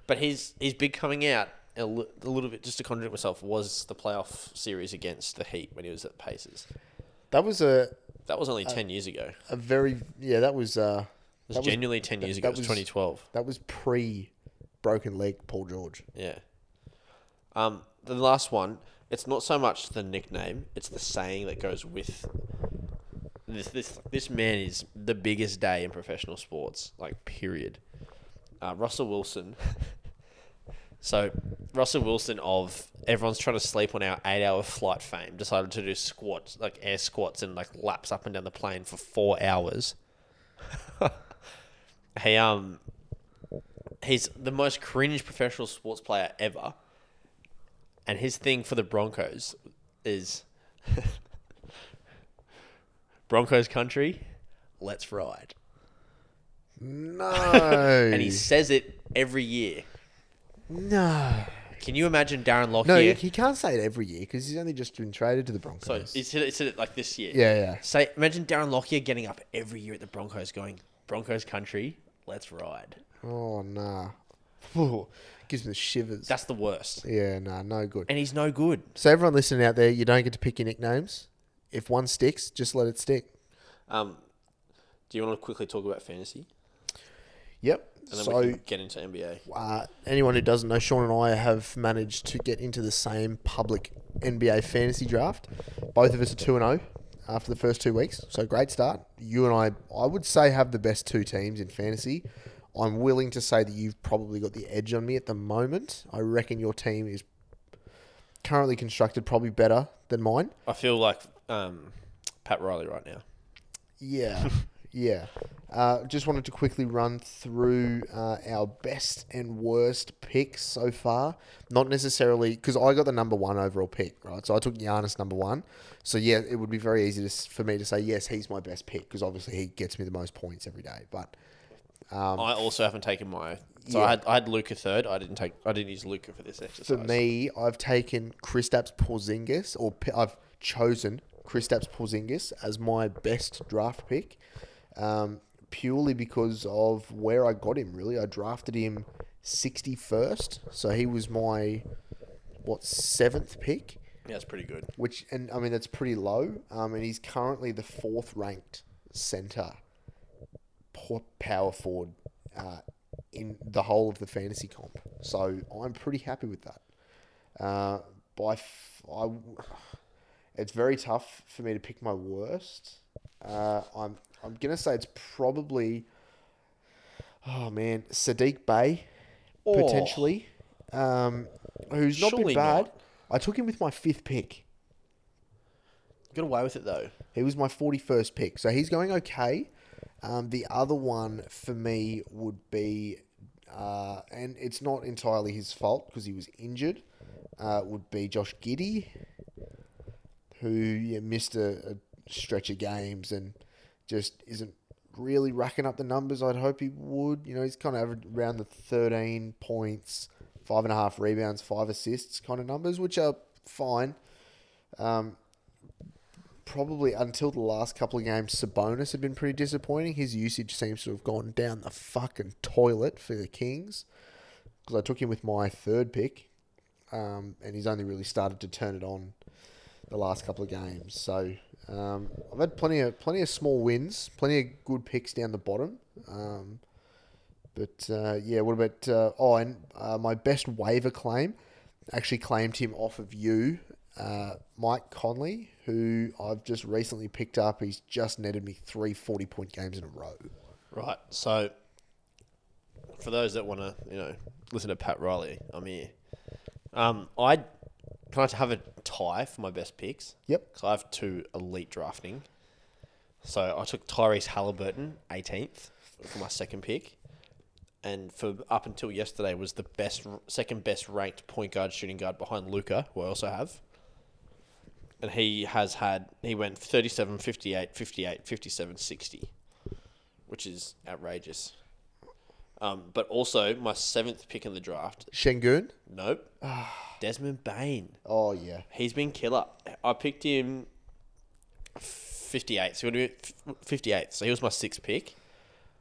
Speaker 1: but his his big coming out a li- a little bit just to contradict myself was the playoff series against the Heat when he was at Pacers.
Speaker 2: That was a,
Speaker 1: That was only ten years ago. It
Speaker 2: a very yeah, that was uh
Speaker 1: was
Speaker 2: that was,
Speaker 1: genuinely ten years ago.
Speaker 2: that
Speaker 1: It was,
Speaker 2: was-
Speaker 1: 2012.
Speaker 2: that was pre broken leg Paul George.
Speaker 1: Yeah. Um, the last one. It's not so much the nickname; it's the saying that goes with. This this this man is the biggest day in professional sports. Like period. Uh, Russell Wilson. so Russell Wilson of everyone's trying to sleep on our eight-hour flight fame decided to do squats like air squats and like laps up and down the plane for four hours. he um he's the most cringe professional sports player ever. And his thing for the Broncos is Broncos country, let's ride.
Speaker 2: No.
Speaker 1: And he says it every year.
Speaker 2: No.
Speaker 1: Can you imagine Darren Lockyer?
Speaker 2: No, he, he can't say it every year because he's only just been traded to the
Speaker 1: so
Speaker 2: Broncos.
Speaker 1: he's hit, it, he's hit it like this year.
Speaker 2: yeah, yeah.
Speaker 1: Say, imagine Darren Lockyer getting up every year at the Broncos, going Broncos country, let's ride.
Speaker 2: Oh, nah. Ooh, gives me the shivers.
Speaker 1: That's the worst,
Speaker 2: yeah, nah, no good.
Speaker 1: and he's no good.
Speaker 2: So everyone listening out there, you don't get to pick your nicknames. If one sticks, just let it stick.
Speaker 1: Um, do you want to quickly talk about fantasy,
Speaker 2: Yep.
Speaker 1: and then
Speaker 2: So
Speaker 1: we can get into NBA?
Speaker 2: uh, anyone who doesn't know, Sean and I have managed to get into the same public NBA fantasy draft. Both of us are 2 0 after the first two weeks. So great start. You and I, I would say, have the best two teams in fantasy. I'm willing to say that you've probably got the edge on me at the moment. I reckon your team is currently constructed probably better than mine.
Speaker 1: I feel like um, Pat Riley right now.
Speaker 2: Yeah, yeah. Uh, just wanted to quickly run through uh, our best and worst picks so far. Not necessarily because I got the number one overall pick, right? So I took Giannis number one. So yeah, it would be very easy to, s- for me to say yes, he's my best pick because obviously he gets me the most points every day. But
Speaker 1: I also haven't taken my. So
Speaker 2: Um, Yeah.
Speaker 1: I had I had Luca third. I didn't take. I didn't use Luca for this exercise.
Speaker 2: for me, I've taken Kristaps Porzingis, or p- I've chosen Kristaps Porzingis as my best draft pick, um, purely because of where I got him. Really, I drafted him sixty first, so he was my what seventh pick,
Speaker 1: yeah, it's pretty good.
Speaker 2: which and I mean that's pretty low. Um, and he's currently the fourth ranked center, po- power forward. Uh, in the whole of the fantasy comp, so I'm pretty happy with that. Uh, by f- I, it's very tough for me to pick my worst. Uh, I'm I'm gonna say it's probably, oh man, Sadiq Bay,
Speaker 1: Oh.
Speaker 2: potentially, um, who's not
Speaker 1: Surely
Speaker 2: been bad.
Speaker 1: not.
Speaker 2: I took him with my fifth pick.
Speaker 1: Got away with it though.
Speaker 2: He was my 41st pick, so he's going okay. Um, the other one for me would be, uh, and it's not entirely his fault because he was injured, uh, would be Josh Giddy, who yeah, missed a, a stretch of games and just isn't really racking up the numbers I'd hope he would. You know, he's kind of averaged around the 13 points, five and a half rebounds, five assists kind of numbers, which are fine probably until the last couple of games, Sabonis had been pretty disappointing. His usage seems to have gone down the fucking toilet for the Kings because I took him with my third pick, um, and he's only really started to turn it on the last couple of games. So um, I've had plenty of plenty of small wins, plenty of good picks down the bottom. Um, but uh, yeah, what about? Uh, oh, and uh, my best waiver claim actually claimed him off of you, uh, Mike Conley, who I've just recently picked up. He's just netted me three 40 point games in a row.
Speaker 1: Right. So, for those that want to, you know, listen to Pat Riley, I'm here. Um, I can I have a tie for my best picks?
Speaker 2: Yep.
Speaker 1: Because I have two elite drafting. So I took Tyrese Halliburton, 18th, for my second pick, and for up until yesterday was the best, second best ranked point guard, shooting guard behind Luca, who I also have. And he has had he went 37, 58, 58, 57, 60 which is outrageous. Um, but also my seventh pick in the draft.
Speaker 2: Shengun?
Speaker 1: Nope. Desmond Bain.
Speaker 2: Oh, yeah.
Speaker 1: He's been killer. I picked him 58th. So he would be 58th. So he was my sixth pick,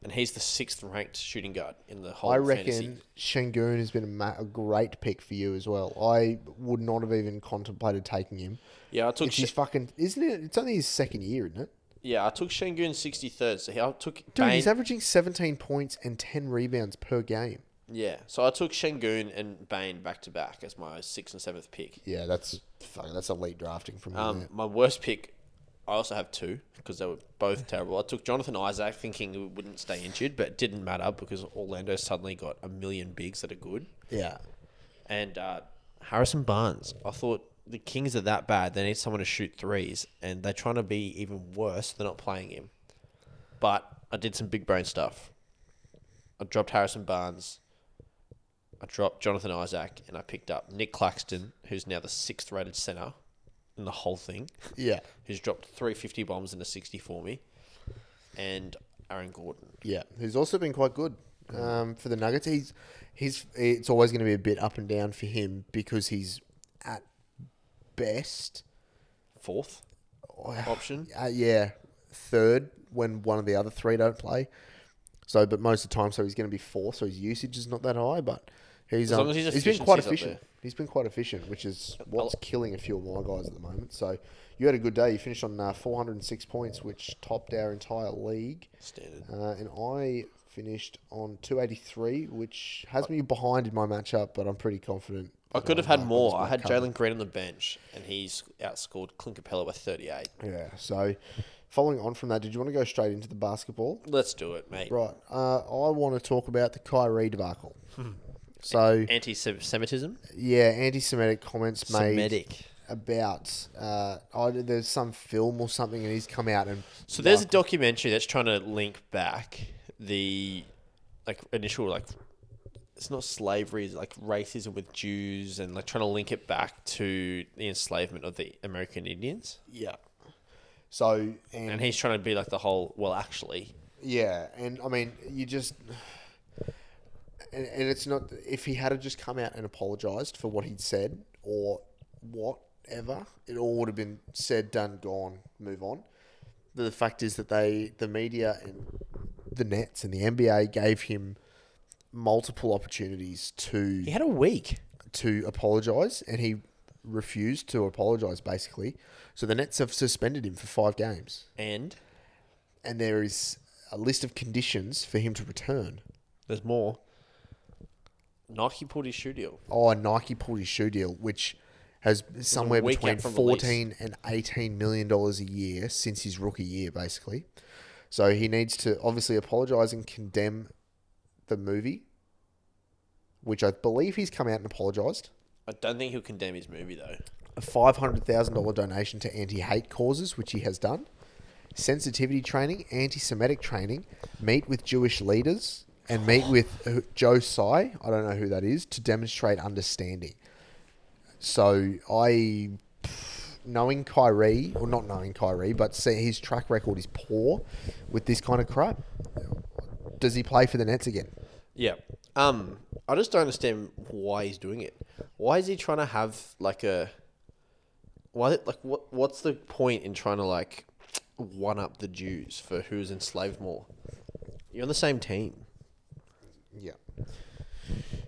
Speaker 1: and he's the sixth ranked shooting guard in the whole.
Speaker 2: I
Speaker 1: fantasy.
Speaker 2: reckon Shengun has been a, ma- a great pick for you as well. I would not have even contemplated taking him.
Speaker 1: Yeah, I took.
Speaker 2: If he's
Speaker 1: Sh-
Speaker 2: fucking, isn't it? It's only his second year, isn't it?
Speaker 1: yeah, I took Shengun 63rd. So he, I took
Speaker 2: Dude,
Speaker 1: Bain.
Speaker 2: he's averaging 17 points and 10 rebounds per game.
Speaker 1: yeah, so I took Shengun and Bain back to back as my sixth and seventh pick.
Speaker 2: Yeah, that's fuck, that's elite drafting from him.
Speaker 1: Um, my worst pick, I also have two because they were both terrible. I took Jonathan Isaac thinking he wouldn't stay injured, but it didn't matter because Orlando suddenly got a million bigs that are good.
Speaker 2: yeah.
Speaker 1: And uh, Harrison Barnes, I thought the Kings are that bad. They need someone to shoot threes, and they're trying to be even worse. They're not playing him. But I did some big brain stuff. I dropped Harrison Barnes. I dropped Jonathan Isaac, and I picked up Nick Claxton, who's now the sixth rated center in the whole thing
Speaker 2: Yeah.
Speaker 1: who's dropped 350 bombs and a 60 for me, and Aaron Gordon.
Speaker 2: Yeah. Who's also been quite good. um, for the Nuggets. He's he's it's always going to be a bit up and down for him because he's at best
Speaker 1: Fourth option.
Speaker 2: uh, yeah, third when one of the other three don't play. So, but most of the time, so he's going to be fourth. So his usage is not that high, but he's
Speaker 1: As long
Speaker 2: um,
Speaker 1: as his
Speaker 2: he's been quite
Speaker 1: efficiency's up
Speaker 2: efficient. He's been quite efficient, which is what's killing a few of my guys at the moment. So, you had a good day. You finished on uh, 406 points, which topped our entire league,
Speaker 1: Standard.
Speaker 2: uh, and I finished on 283, which has me behind in my matchup, but I'm pretty confident.
Speaker 1: I
Speaker 2: that
Speaker 1: could have
Speaker 2: I'll-
Speaker 1: had
Speaker 2: I'll
Speaker 1: more.
Speaker 2: just
Speaker 1: I had
Speaker 2: cover.
Speaker 1: Jalen Green on the bench, and he's outscored Clint Capella by 38.
Speaker 2: Yeah. So, following on from that, did you want to go straight into the basketball?
Speaker 1: Let's do it, mate.
Speaker 2: Right. Uh, I want to talk about the Kyrie debacle. so,
Speaker 1: Anti-Semitism.
Speaker 2: yeah, anti Semitic comments made
Speaker 1: Semitic.
Speaker 2: about. Uh, I, there's some film or something, and he's come out and.
Speaker 1: So there's a documentary that's trying to link back the like initial like it's not slavery, it's like racism with Jews and like trying to link it back to the enslavement of the American Indians.
Speaker 2: Yeah. So, and,
Speaker 1: And he's trying to be like the whole well actually
Speaker 2: yeah, and I mean, you just. And, and it's not. If he had have just come out and apologized for what he'd said or whatever, it all would have been said, done, gone, move on. the fact is that they, the media and the Nets and the NBA gave him multiple opportunities to
Speaker 1: He had a week.
Speaker 2: to apologize, and he refused to apologize. Basically, so the Nets have suspended him for five games,
Speaker 1: And
Speaker 2: and there is a list of conditions for him to return.
Speaker 1: there's more. Nike pulled his shoe deal.
Speaker 2: Oh, and Nike pulled his shoe deal, which has somewhere
Speaker 1: week out
Speaker 2: between
Speaker 1: from
Speaker 2: fourteen and eighteen million dollars a year since his rookie year, basically. So he needs to obviously apologize and condemn the movie, which I believe he's come out and apologized.
Speaker 1: I don't think he'll condemn his movie though.
Speaker 2: A five hundred thousand dollar donation to anti-hate causes, which he has done. Sensitivity training, anti-Semitic training, meet with Jewish leaders, and meet with uh, Joe Tsai. I don't know who that is to demonstrate understanding. So I, knowing Kyrie, or not knowing Kyrie, but see his track record is poor with this kind of crap. Does he play for the Nets again?
Speaker 1: Yeah. Um, I just don't understand why he's doing it. Why is he trying to have like a why like what what's the point in trying to like one up the Jews for who's enslaved more? You're on the same team.
Speaker 2: Yeah.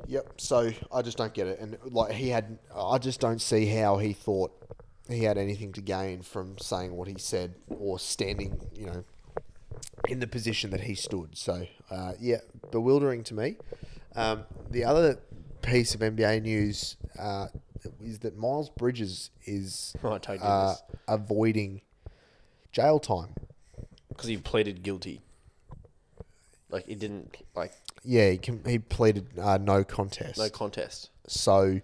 Speaker 2: Yep. So I just don't get it, and like he had, I just don't see how he thought he had anything to gain from saying what he said or standing, you know, in the position that he stood. So uh, yeah, bewildering to me. Um, the other piece of NBA news uh, is that Miles Bridges is
Speaker 1: Oh, thank
Speaker 2: uh,
Speaker 1: goodness.
Speaker 2: avoiding jail time.
Speaker 1: Because he pleaded guilty. Like he didn't like
Speaker 2: Yeah, he, com- he pleaded uh, no contest.
Speaker 1: no contest.
Speaker 2: So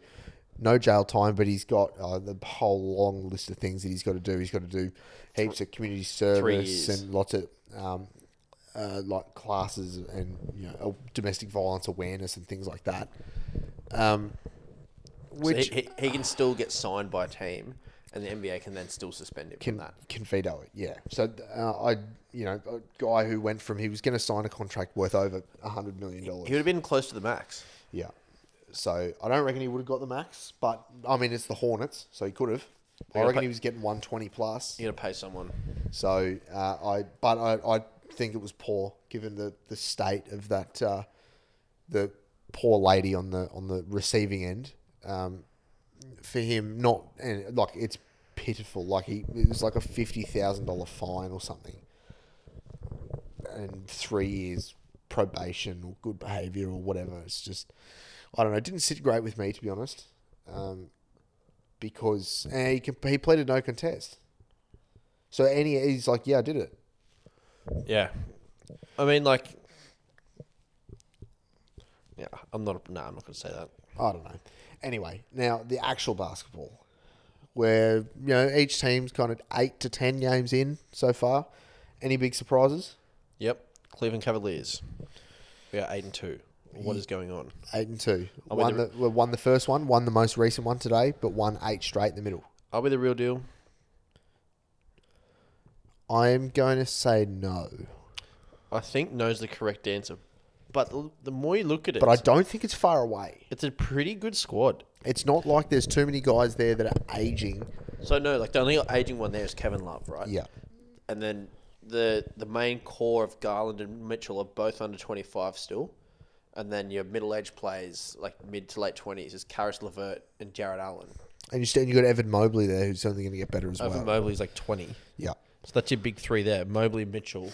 Speaker 2: no jail time, but he's got uh, the whole long list of things that he's got to do. He's got to do heaps of community service
Speaker 1: years.
Speaker 2: and lots of um, uh, like classes and you know uh, domestic violence awareness and things like that. Um,
Speaker 1: Which
Speaker 2: which
Speaker 1: he, he, he can still get signed by a team and the NBA can then still suspend him
Speaker 2: can
Speaker 1: from that.
Speaker 2: can veto it. Yeah. So uh, I you know a guy who went from he was going to sign a contract worth over a hundred million dollars.
Speaker 1: He would have been close to the max.
Speaker 2: Yeah. So I don't reckon he would have got the max, but I mean it's the Hornets, so he could have. I
Speaker 1: Yeah,
Speaker 2: reckon
Speaker 1: but-
Speaker 2: he was getting 120 plus.
Speaker 1: You gotta pay someone.
Speaker 2: So uh, I, but I, I think it was poor given the, the state of that uh, the poor lady on the on the receiving end. Um, for him, not and like it's pitiful. Like he it was like a fifty thousand dollar fine or something, and three years probation or good behavior or whatever. It's just I don't know. It didn't sit great with me to be honest. Um, because and he, can, he pleaded no contest. So any he's like, yeah, I did it.
Speaker 1: Yeah. I mean, like. Yeah, I'm not. Nah, I'm not going to say that.
Speaker 2: I don't know. Anyway, now the actual basketball, where you know each team's kind of eight to ten games in so far. Any big surprises?
Speaker 1: Yep. Cleveland Cavaliers. We are 8 and 2. What is going on?
Speaker 2: Eight and two.
Speaker 1: I
Speaker 2: Won
Speaker 1: wonder-
Speaker 2: the, well, won the first one, won the most recent one today, but won eight straight in the middle.
Speaker 1: Are we the real deal?
Speaker 2: I am going to say no.
Speaker 1: I think no's the correct answer. But the- the more you look at it,
Speaker 2: But I don't think it's far away.
Speaker 1: it's a pretty good squad.
Speaker 2: It's not like there's too many guys there that are aging.
Speaker 1: So no, like the only aging one there is Kevin Love, right?
Speaker 2: Yeah.
Speaker 1: And then the the main core of Garland and Mitchell are both under twenty five still, and then your middle aged players like mid to late twenties is Karis Levert and Jared Allen.
Speaker 2: And you stand, you got Evan Mobley there, who's only going to get better as
Speaker 1: Evan
Speaker 2: well.
Speaker 1: Mobley's like twenty,
Speaker 2: yeah.
Speaker 1: so that's your big three there: Mobley, Mitchell,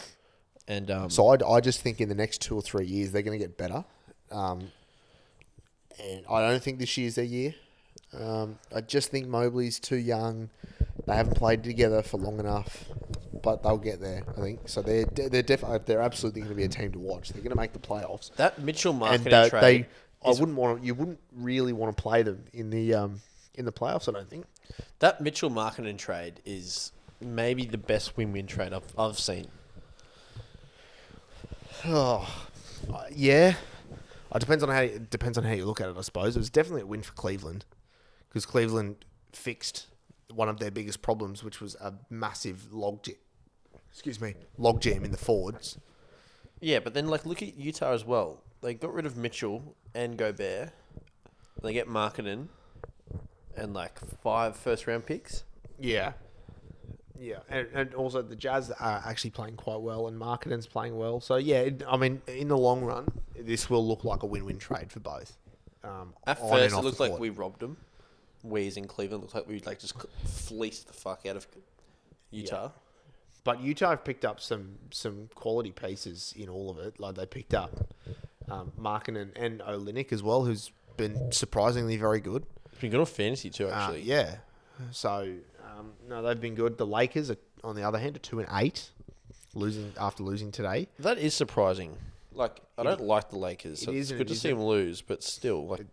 Speaker 1: and um,
Speaker 2: So I, I just think in the next two or three years they're going to get better. Um, and I don't think this year's their year. Um, I just think Mobley's too young. They haven't played together for long enough, but they'll get there. I think so. They're de- they're definitely they're absolutely going to be a team to watch. They're going to make the playoffs,
Speaker 1: that Mitchell
Speaker 2: and uh,
Speaker 1: marketing
Speaker 2: they,
Speaker 1: trade.
Speaker 2: they I wouldn't want to, you wouldn't really want to play them in the um, in the playoffs. I don't think.
Speaker 1: That Mitchell marketing trade is maybe the best win win trade I've I've seen.
Speaker 2: Oh, uh, yeah. It depends on how it depends on how you look at it, I suppose. It was definitely a win for Cleveland because Cleveland fixed one of their biggest problems, which was a massive log jam, excuse me, log jam in the forwards.
Speaker 1: Yeah, but then like look at Utah as well. They got rid of Mitchell and Gobert. They get marketing and like five first round picks.
Speaker 2: Yeah. Yeah, and, and also the Jazz are actually playing quite well, and Marketing's playing well. So yeah, it, I mean, in the long run, this will look like a win-win trade for both. Um,
Speaker 1: At
Speaker 2: on and
Speaker 1: first, it
Speaker 2: off the
Speaker 1: looked like
Speaker 2: court.
Speaker 1: we robbed them. We as in Cleveland looked like we like just fleeced the fuck out of Utah.
Speaker 2: But Utah have picked up some some quality pieces in all of it. Like they picked up um, Markin and Olinick as well, who's been surprisingly very good.
Speaker 1: It's been good on fantasy too,
Speaker 2: Uh,
Speaker 1: actually.
Speaker 2: yeah. So um, no, they've been good. The Lakers, are, on the other hand, are two and eight, losing after losing today.
Speaker 1: That is surprising. Like I don't like the Lakers. So
Speaker 2: it
Speaker 1: it's
Speaker 2: is and
Speaker 1: good
Speaker 2: it
Speaker 1: to see them lose, but still, like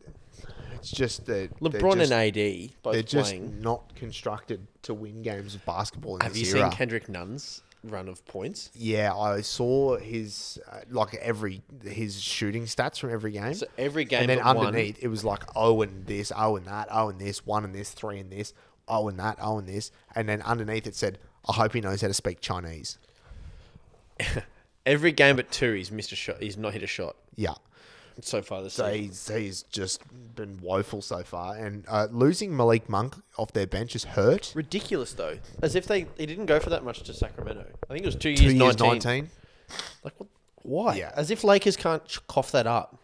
Speaker 2: It's just that they're
Speaker 1: LeBron
Speaker 2: just,
Speaker 1: and AD both
Speaker 2: they're just
Speaker 1: playing.
Speaker 2: not constructed to win games of basketball. In
Speaker 1: Have you
Speaker 2: this
Speaker 1: seen
Speaker 2: era.
Speaker 1: Kendrick Nunn's run of points?
Speaker 2: yeah, I saw his uh, like every his shooting stats from every game.
Speaker 1: So every game
Speaker 2: and then
Speaker 1: but one-
Speaker 2: underneath it was like oh and this, oh and that, oh and this, one and this, three and this, oh and that, oh and this, and then underneath it said, I hope he knows how to speak Chinese.
Speaker 1: Every game but two, he's missed a shot. He's not hit a shot
Speaker 2: Yeah,
Speaker 1: so far this
Speaker 2: so
Speaker 1: season.
Speaker 2: he's, he's just been woeful so far, and uh, losing Malik Monk off their bench is hurt.
Speaker 1: Ridiculous though, as if they he didn't go for that much to Sacramento. I think it was two years,
Speaker 2: Two years
Speaker 1: 19.
Speaker 2: 19.
Speaker 1: Like what? Why?
Speaker 2: Yeah.
Speaker 1: As if Lakers can't ch- cough that up,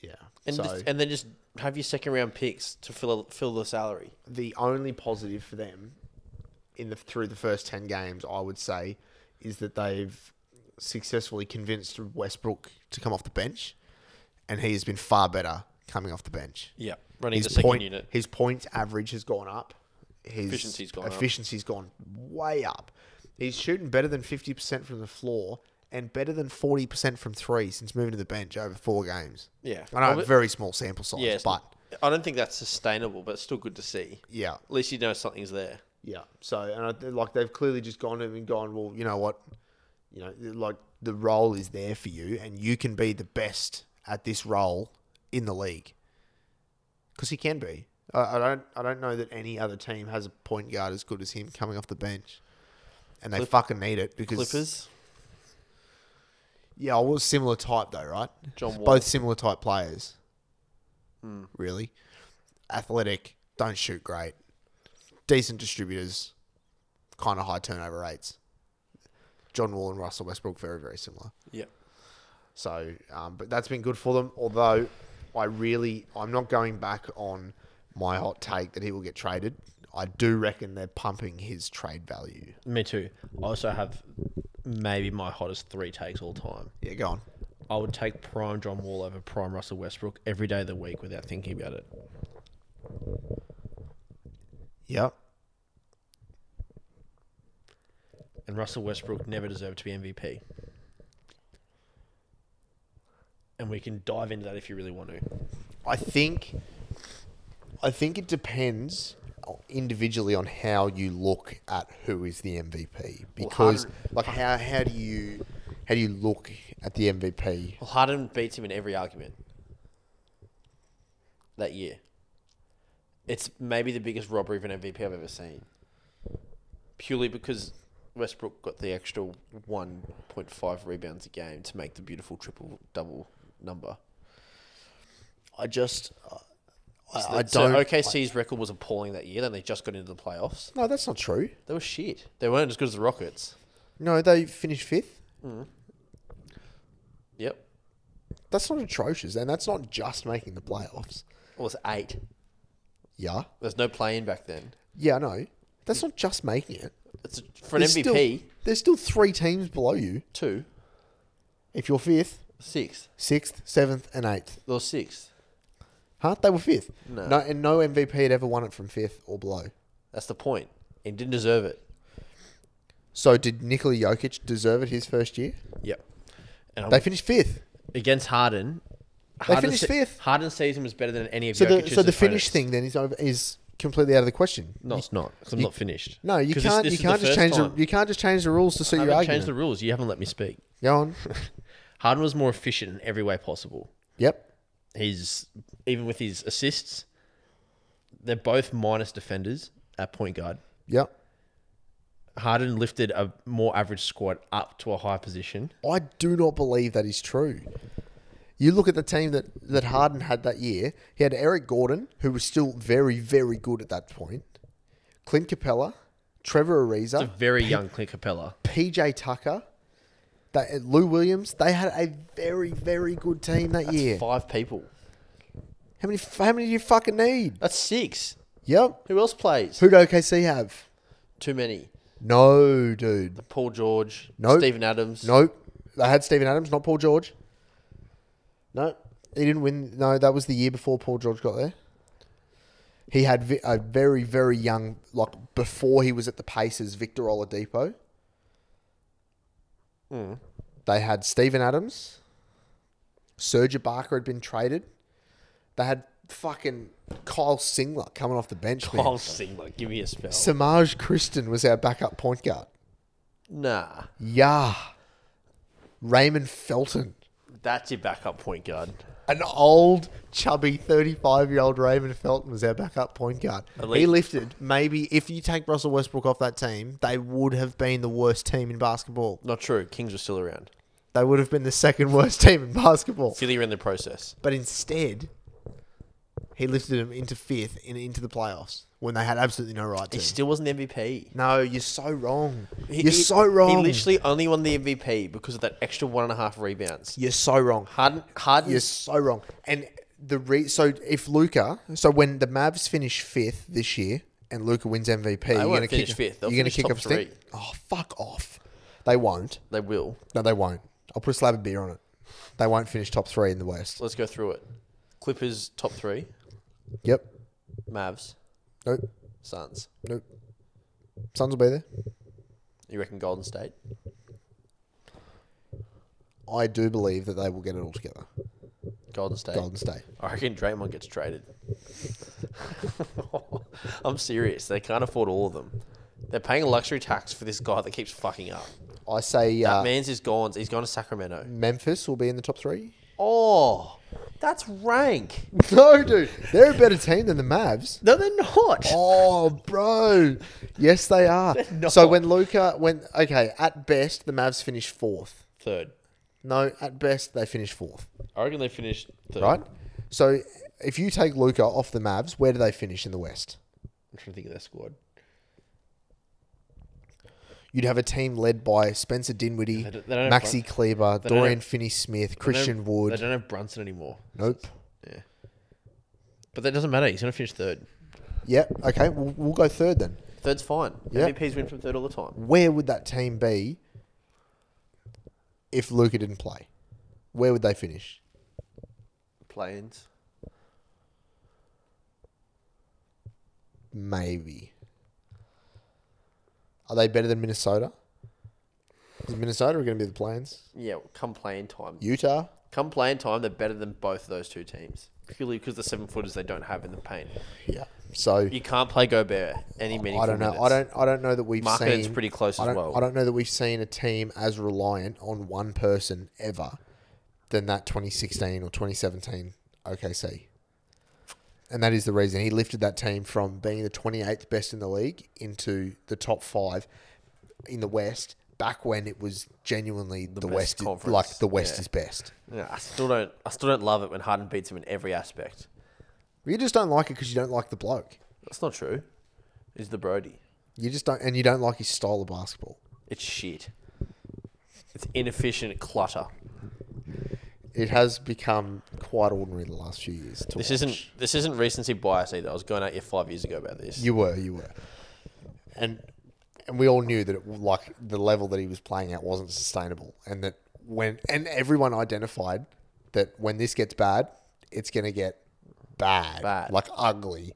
Speaker 2: Yeah,
Speaker 1: and
Speaker 2: so
Speaker 1: just, and then just have your second round picks to fill fill the salary.
Speaker 2: the only positive for them in the through the first ten games, I would say, is that they've successfully convinced Westbrook to come off the bench, and he has been far better coming off the bench.
Speaker 1: Yeah, running
Speaker 2: His
Speaker 1: the second
Speaker 2: point,
Speaker 1: unit.
Speaker 2: his points average has gone up. His
Speaker 1: Efficiency's gone up.
Speaker 2: efficiency's gone way up. He's shooting better than fifty percent from the floor and better than forty percent from three since moving to the bench over four games.
Speaker 1: Yeah.
Speaker 2: I know
Speaker 1: Well,
Speaker 2: very small sample size,
Speaker 1: Yeah, it's-
Speaker 2: but
Speaker 1: I don't think that's sustainable, but it's still good to see.
Speaker 2: yeah.
Speaker 1: At least you know something's there.
Speaker 2: Yeah. So and I, th- like they've clearly just gone to him and gone, well, you know what, you know, like the role is there for you, and you can be the best at this role in the league because he can be. I, I don't. I don't know that any other team has a point guard as good as him coming off the bench, and they fucking need it because
Speaker 1: Clippers.
Speaker 2: yeah, I was similar type though, right?
Speaker 1: John Wall. Hmm.
Speaker 2: Both similar type players. Really, athletic, don't shoot great, decent distributors, kind of high turnover rates. John Wall and Russell Westbrook very very similar.
Speaker 1: Yeah.
Speaker 2: So, um, but that's been good for them. Although, I really, I'm not going back on my hot take that he will get traded. I do reckon they're pumping his trade value.
Speaker 1: Me too. I also have maybe my hottest three takes all time.
Speaker 2: Yeah, go on.
Speaker 1: I would take prime John Wall over prime Russell Westbrook every day of the week without thinking about it.
Speaker 2: Yep.
Speaker 1: And Russell Westbrook never deserved to be MVP. And we can dive into that if you really want to.
Speaker 2: I think I think it depends individually on how you look at who is the MVP because like how how do you how do you look at the MVP?
Speaker 1: Well, Harden beats him in every argument that year. It's maybe the biggest robbery of an MVP I've ever seen. Purely because Westbrook got the extra 1.5 rebounds a game to make the beautiful triple double number.
Speaker 2: I just, I, I- I
Speaker 1: So
Speaker 2: don't.
Speaker 1: OKC's record was appalling that year. Then they just got into the playoffs.
Speaker 2: No, that's not true.
Speaker 1: They were shit. They weren't as good as the Rockets.
Speaker 2: No, they finished fifth.
Speaker 1: Yep.
Speaker 2: That's not atrocious, and that's not just making the playoffs.
Speaker 1: It was eight.
Speaker 2: Yeah,
Speaker 1: There's no playing back then.
Speaker 2: yeah, I know. That's not just making it.
Speaker 1: It's for an
Speaker 2: There's
Speaker 1: MVP.
Speaker 2: still- there's still three teams below you.
Speaker 1: Two,
Speaker 2: If you're fifth,
Speaker 1: sixth,
Speaker 2: sixth, seventh, and eighth,
Speaker 1: or sixth.
Speaker 2: huh? They were fifth.
Speaker 1: No.
Speaker 2: and no MVP had ever won it from fifth or below.
Speaker 1: That's the point. And didn't deserve it.
Speaker 2: So did Nikola Jokic deserve it his first year?
Speaker 1: Yep. And
Speaker 2: They
Speaker 1: I'm
Speaker 2: finished fifth.
Speaker 1: against Harden.
Speaker 2: finished fifth.
Speaker 1: Harden's season was better than any of
Speaker 2: So the
Speaker 1: Jokic's
Speaker 2: so the
Speaker 1: opponents.
Speaker 2: finish thing then is over, is completely out of the question.
Speaker 1: No, it's not. 'cause I'm not finished.
Speaker 2: No, you
Speaker 1: 'Cause this-
Speaker 2: can't.
Speaker 1: this
Speaker 2: you
Speaker 1: is the
Speaker 2: can't just
Speaker 1: first
Speaker 2: change
Speaker 1: time.
Speaker 2: the you can't just change the rules to
Speaker 1: I
Speaker 2: suit your
Speaker 1: haven't
Speaker 2: argument.
Speaker 1: changed the rules. You haven't let me speak.
Speaker 2: Go on.
Speaker 1: Harden was more efficient in every way possible.
Speaker 2: yep.
Speaker 1: He's even with his assists. They're both minus defenders at point guard.
Speaker 2: Yep.
Speaker 1: Harden lifted a more average squad up to a high position.
Speaker 2: I do not believe that is true. You look at the team that, that Harden had that year. He had Eric Gordon, who was still very, very good at that point. Clint Capella, Trevor
Speaker 1: A
Speaker 2: Ariza,
Speaker 1: very young Clint Capella.
Speaker 2: PJ Tucker, that, uh, Lou Williams. They had a very, very good team that year.
Speaker 1: Five people.
Speaker 2: How many? How many do you fucking need?
Speaker 1: That's six.
Speaker 2: Yep.
Speaker 1: Who else plays?
Speaker 2: Who do OKC have?
Speaker 1: Too many.
Speaker 2: No, dude.
Speaker 1: Paul George.
Speaker 2: Nope.
Speaker 1: Stephen Adams.
Speaker 2: Nope. They had Stephen Adams, not Paul George. No, he didn't win. No, that was the year before Paul George got there. He had vi- a very, very young, like before he was at the Pacers, Victor Oladipo. They had Stephen Adams. Serge Barker had been traded. They had fucking Kyle Singler coming off the bench. man.
Speaker 1: Paul Oh, Singler. Give me a spell.
Speaker 2: Samaj Kristen was our backup point guard.
Speaker 1: nah.
Speaker 2: Yeah. Raymond Felton.
Speaker 1: That's your backup point guard.
Speaker 2: An old, chubby 35 year old Raymond Felton was our backup point guard. He
Speaker 1: least-
Speaker 2: lifted. Maybe if you take Russell Westbrook off that team, they would have been the worst team in basketball.
Speaker 1: Not true. Kings were still around.
Speaker 2: They would have been the second worst team in basketball.
Speaker 1: Philly were in the process.
Speaker 2: But instead, he lifted them into fifth and into the playoffs when they had absolutely no right
Speaker 1: He
Speaker 2: to.
Speaker 1: still wasn't MVP.
Speaker 2: no, you're so wrong.
Speaker 1: He- he-
Speaker 2: you're so wrong.
Speaker 1: He literally only won the MVP because of that extra one and a half rebounds.
Speaker 2: you're so wrong.
Speaker 1: Harden, Harden,
Speaker 2: You're so wrong. And the re- so if Luca, so when the Mavs finish fifth this year and Luca wins MVP, you're
Speaker 1: won't
Speaker 2: going to kick
Speaker 1: finish fifth. They'll
Speaker 2: you're going
Speaker 1: finish
Speaker 2: to kick
Speaker 1: top
Speaker 2: up a stink?
Speaker 1: three.
Speaker 2: Oh fuck off! They won't.
Speaker 1: they will.
Speaker 2: No, they won't. I'll put a slab of beer on it. They won't finish top three in the West.
Speaker 1: Let's go through it. Clippers top three,
Speaker 2: Yep.
Speaker 1: Mavs,
Speaker 2: Nope.
Speaker 1: Suns.
Speaker 2: Nope. Suns will be there.
Speaker 1: You reckon Golden State?
Speaker 2: I do believe that they will get it all together.
Speaker 1: Golden State.
Speaker 2: Golden State.
Speaker 1: I reckon Draymond gets traded. I'm serious. They can't afford all of them. They're paying a luxury tax for this guy that keeps fucking up.
Speaker 2: I say
Speaker 1: That
Speaker 2: uh,
Speaker 1: man's is gone. He's gone to Sacramento.
Speaker 2: Memphis will be in the top three.
Speaker 1: Oh, that's rank.
Speaker 2: no, dude, they're a better team than the Mavs.
Speaker 1: No, they're not.
Speaker 2: Oh, bro. Yes, they are.
Speaker 1: not.
Speaker 2: So when Luca, when okay, at best the Mavs finish fourth.
Speaker 1: Third.
Speaker 2: No, at best they finish fourth,
Speaker 1: I reckon they finished third.
Speaker 2: right? So if you take Luca off the Mavs, where do they finish in the West?
Speaker 1: I'm trying to think of their squad.
Speaker 2: You'd have a team led by Spencer Dinwiddie,
Speaker 1: They don't- they don't have
Speaker 2: Maxi Kleber,
Speaker 1: don't
Speaker 2: Dorian
Speaker 1: have-
Speaker 2: Finney-Smith,
Speaker 1: They don't-
Speaker 2: Christian
Speaker 1: They
Speaker 2: Wood.
Speaker 1: don't have Brunson anymore.
Speaker 2: Nope.
Speaker 1: Yeah. But that doesn't matter. He's going to finish third.
Speaker 2: Yep. Okay. We'll, we'll go third then.
Speaker 1: Third's fine.
Speaker 2: Yeah.
Speaker 1: MVPs win from third all the time.
Speaker 2: Where would that team be if Luca didn't play? Where would they finish?
Speaker 1: Play-ins.
Speaker 2: Maybe. Are they better than Minnesota? Is Minnesota going to be the Plains?
Speaker 1: Yeah, well, come play-in time.
Speaker 2: Utah?
Speaker 1: Come play-in time, they're better than both of those two teams. Purely because the seven footers they don't have in the paint.
Speaker 2: Yeah. So
Speaker 1: You can't play Gobert any meaningful
Speaker 2: I don't know.
Speaker 1: minutes.
Speaker 2: I don't. I don't know that we've
Speaker 1: Markkanen's
Speaker 2: seen
Speaker 1: pretty close
Speaker 2: I
Speaker 1: as
Speaker 2: don't,
Speaker 1: well.
Speaker 2: I don't know that we've seen a team as reliant on one person ever than that 2016 or 2017 OKC. And that is the reason he lifted that team from being the 28th best in the league into the top five in the West back when it was genuinely the,
Speaker 1: best
Speaker 2: West, is,
Speaker 1: conference.
Speaker 2: like the West
Speaker 1: Yeah.
Speaker 2: is best.
Speaker 1: Yeah, I still don't. I still don't love it when Harden beats him in every aspect.
Speaker 2: You just don't like it because you don't like the bloke.
Speaker 1: That's not true. Is the Brody?
Speaker 2: You just don't, and you don't like his style of basketball.
Speaker 1: It's shit. It's inefficient clutter.
Speaker 2: It has become quite ordinary the last few years. To
Speaker 1: This
Speaker 2: watch.
Speaker 1: isn't. This isn't recency bias either. I was going at you five years ago about this.
Speaker 2: You were, you were, and and we all knew that it, like the level that he was playing at wasn't sustainable, and that when and everyone identified that when this gets bad, it's going to get bad,
Speaker 1: Bad.
Speaker 2: like ugly,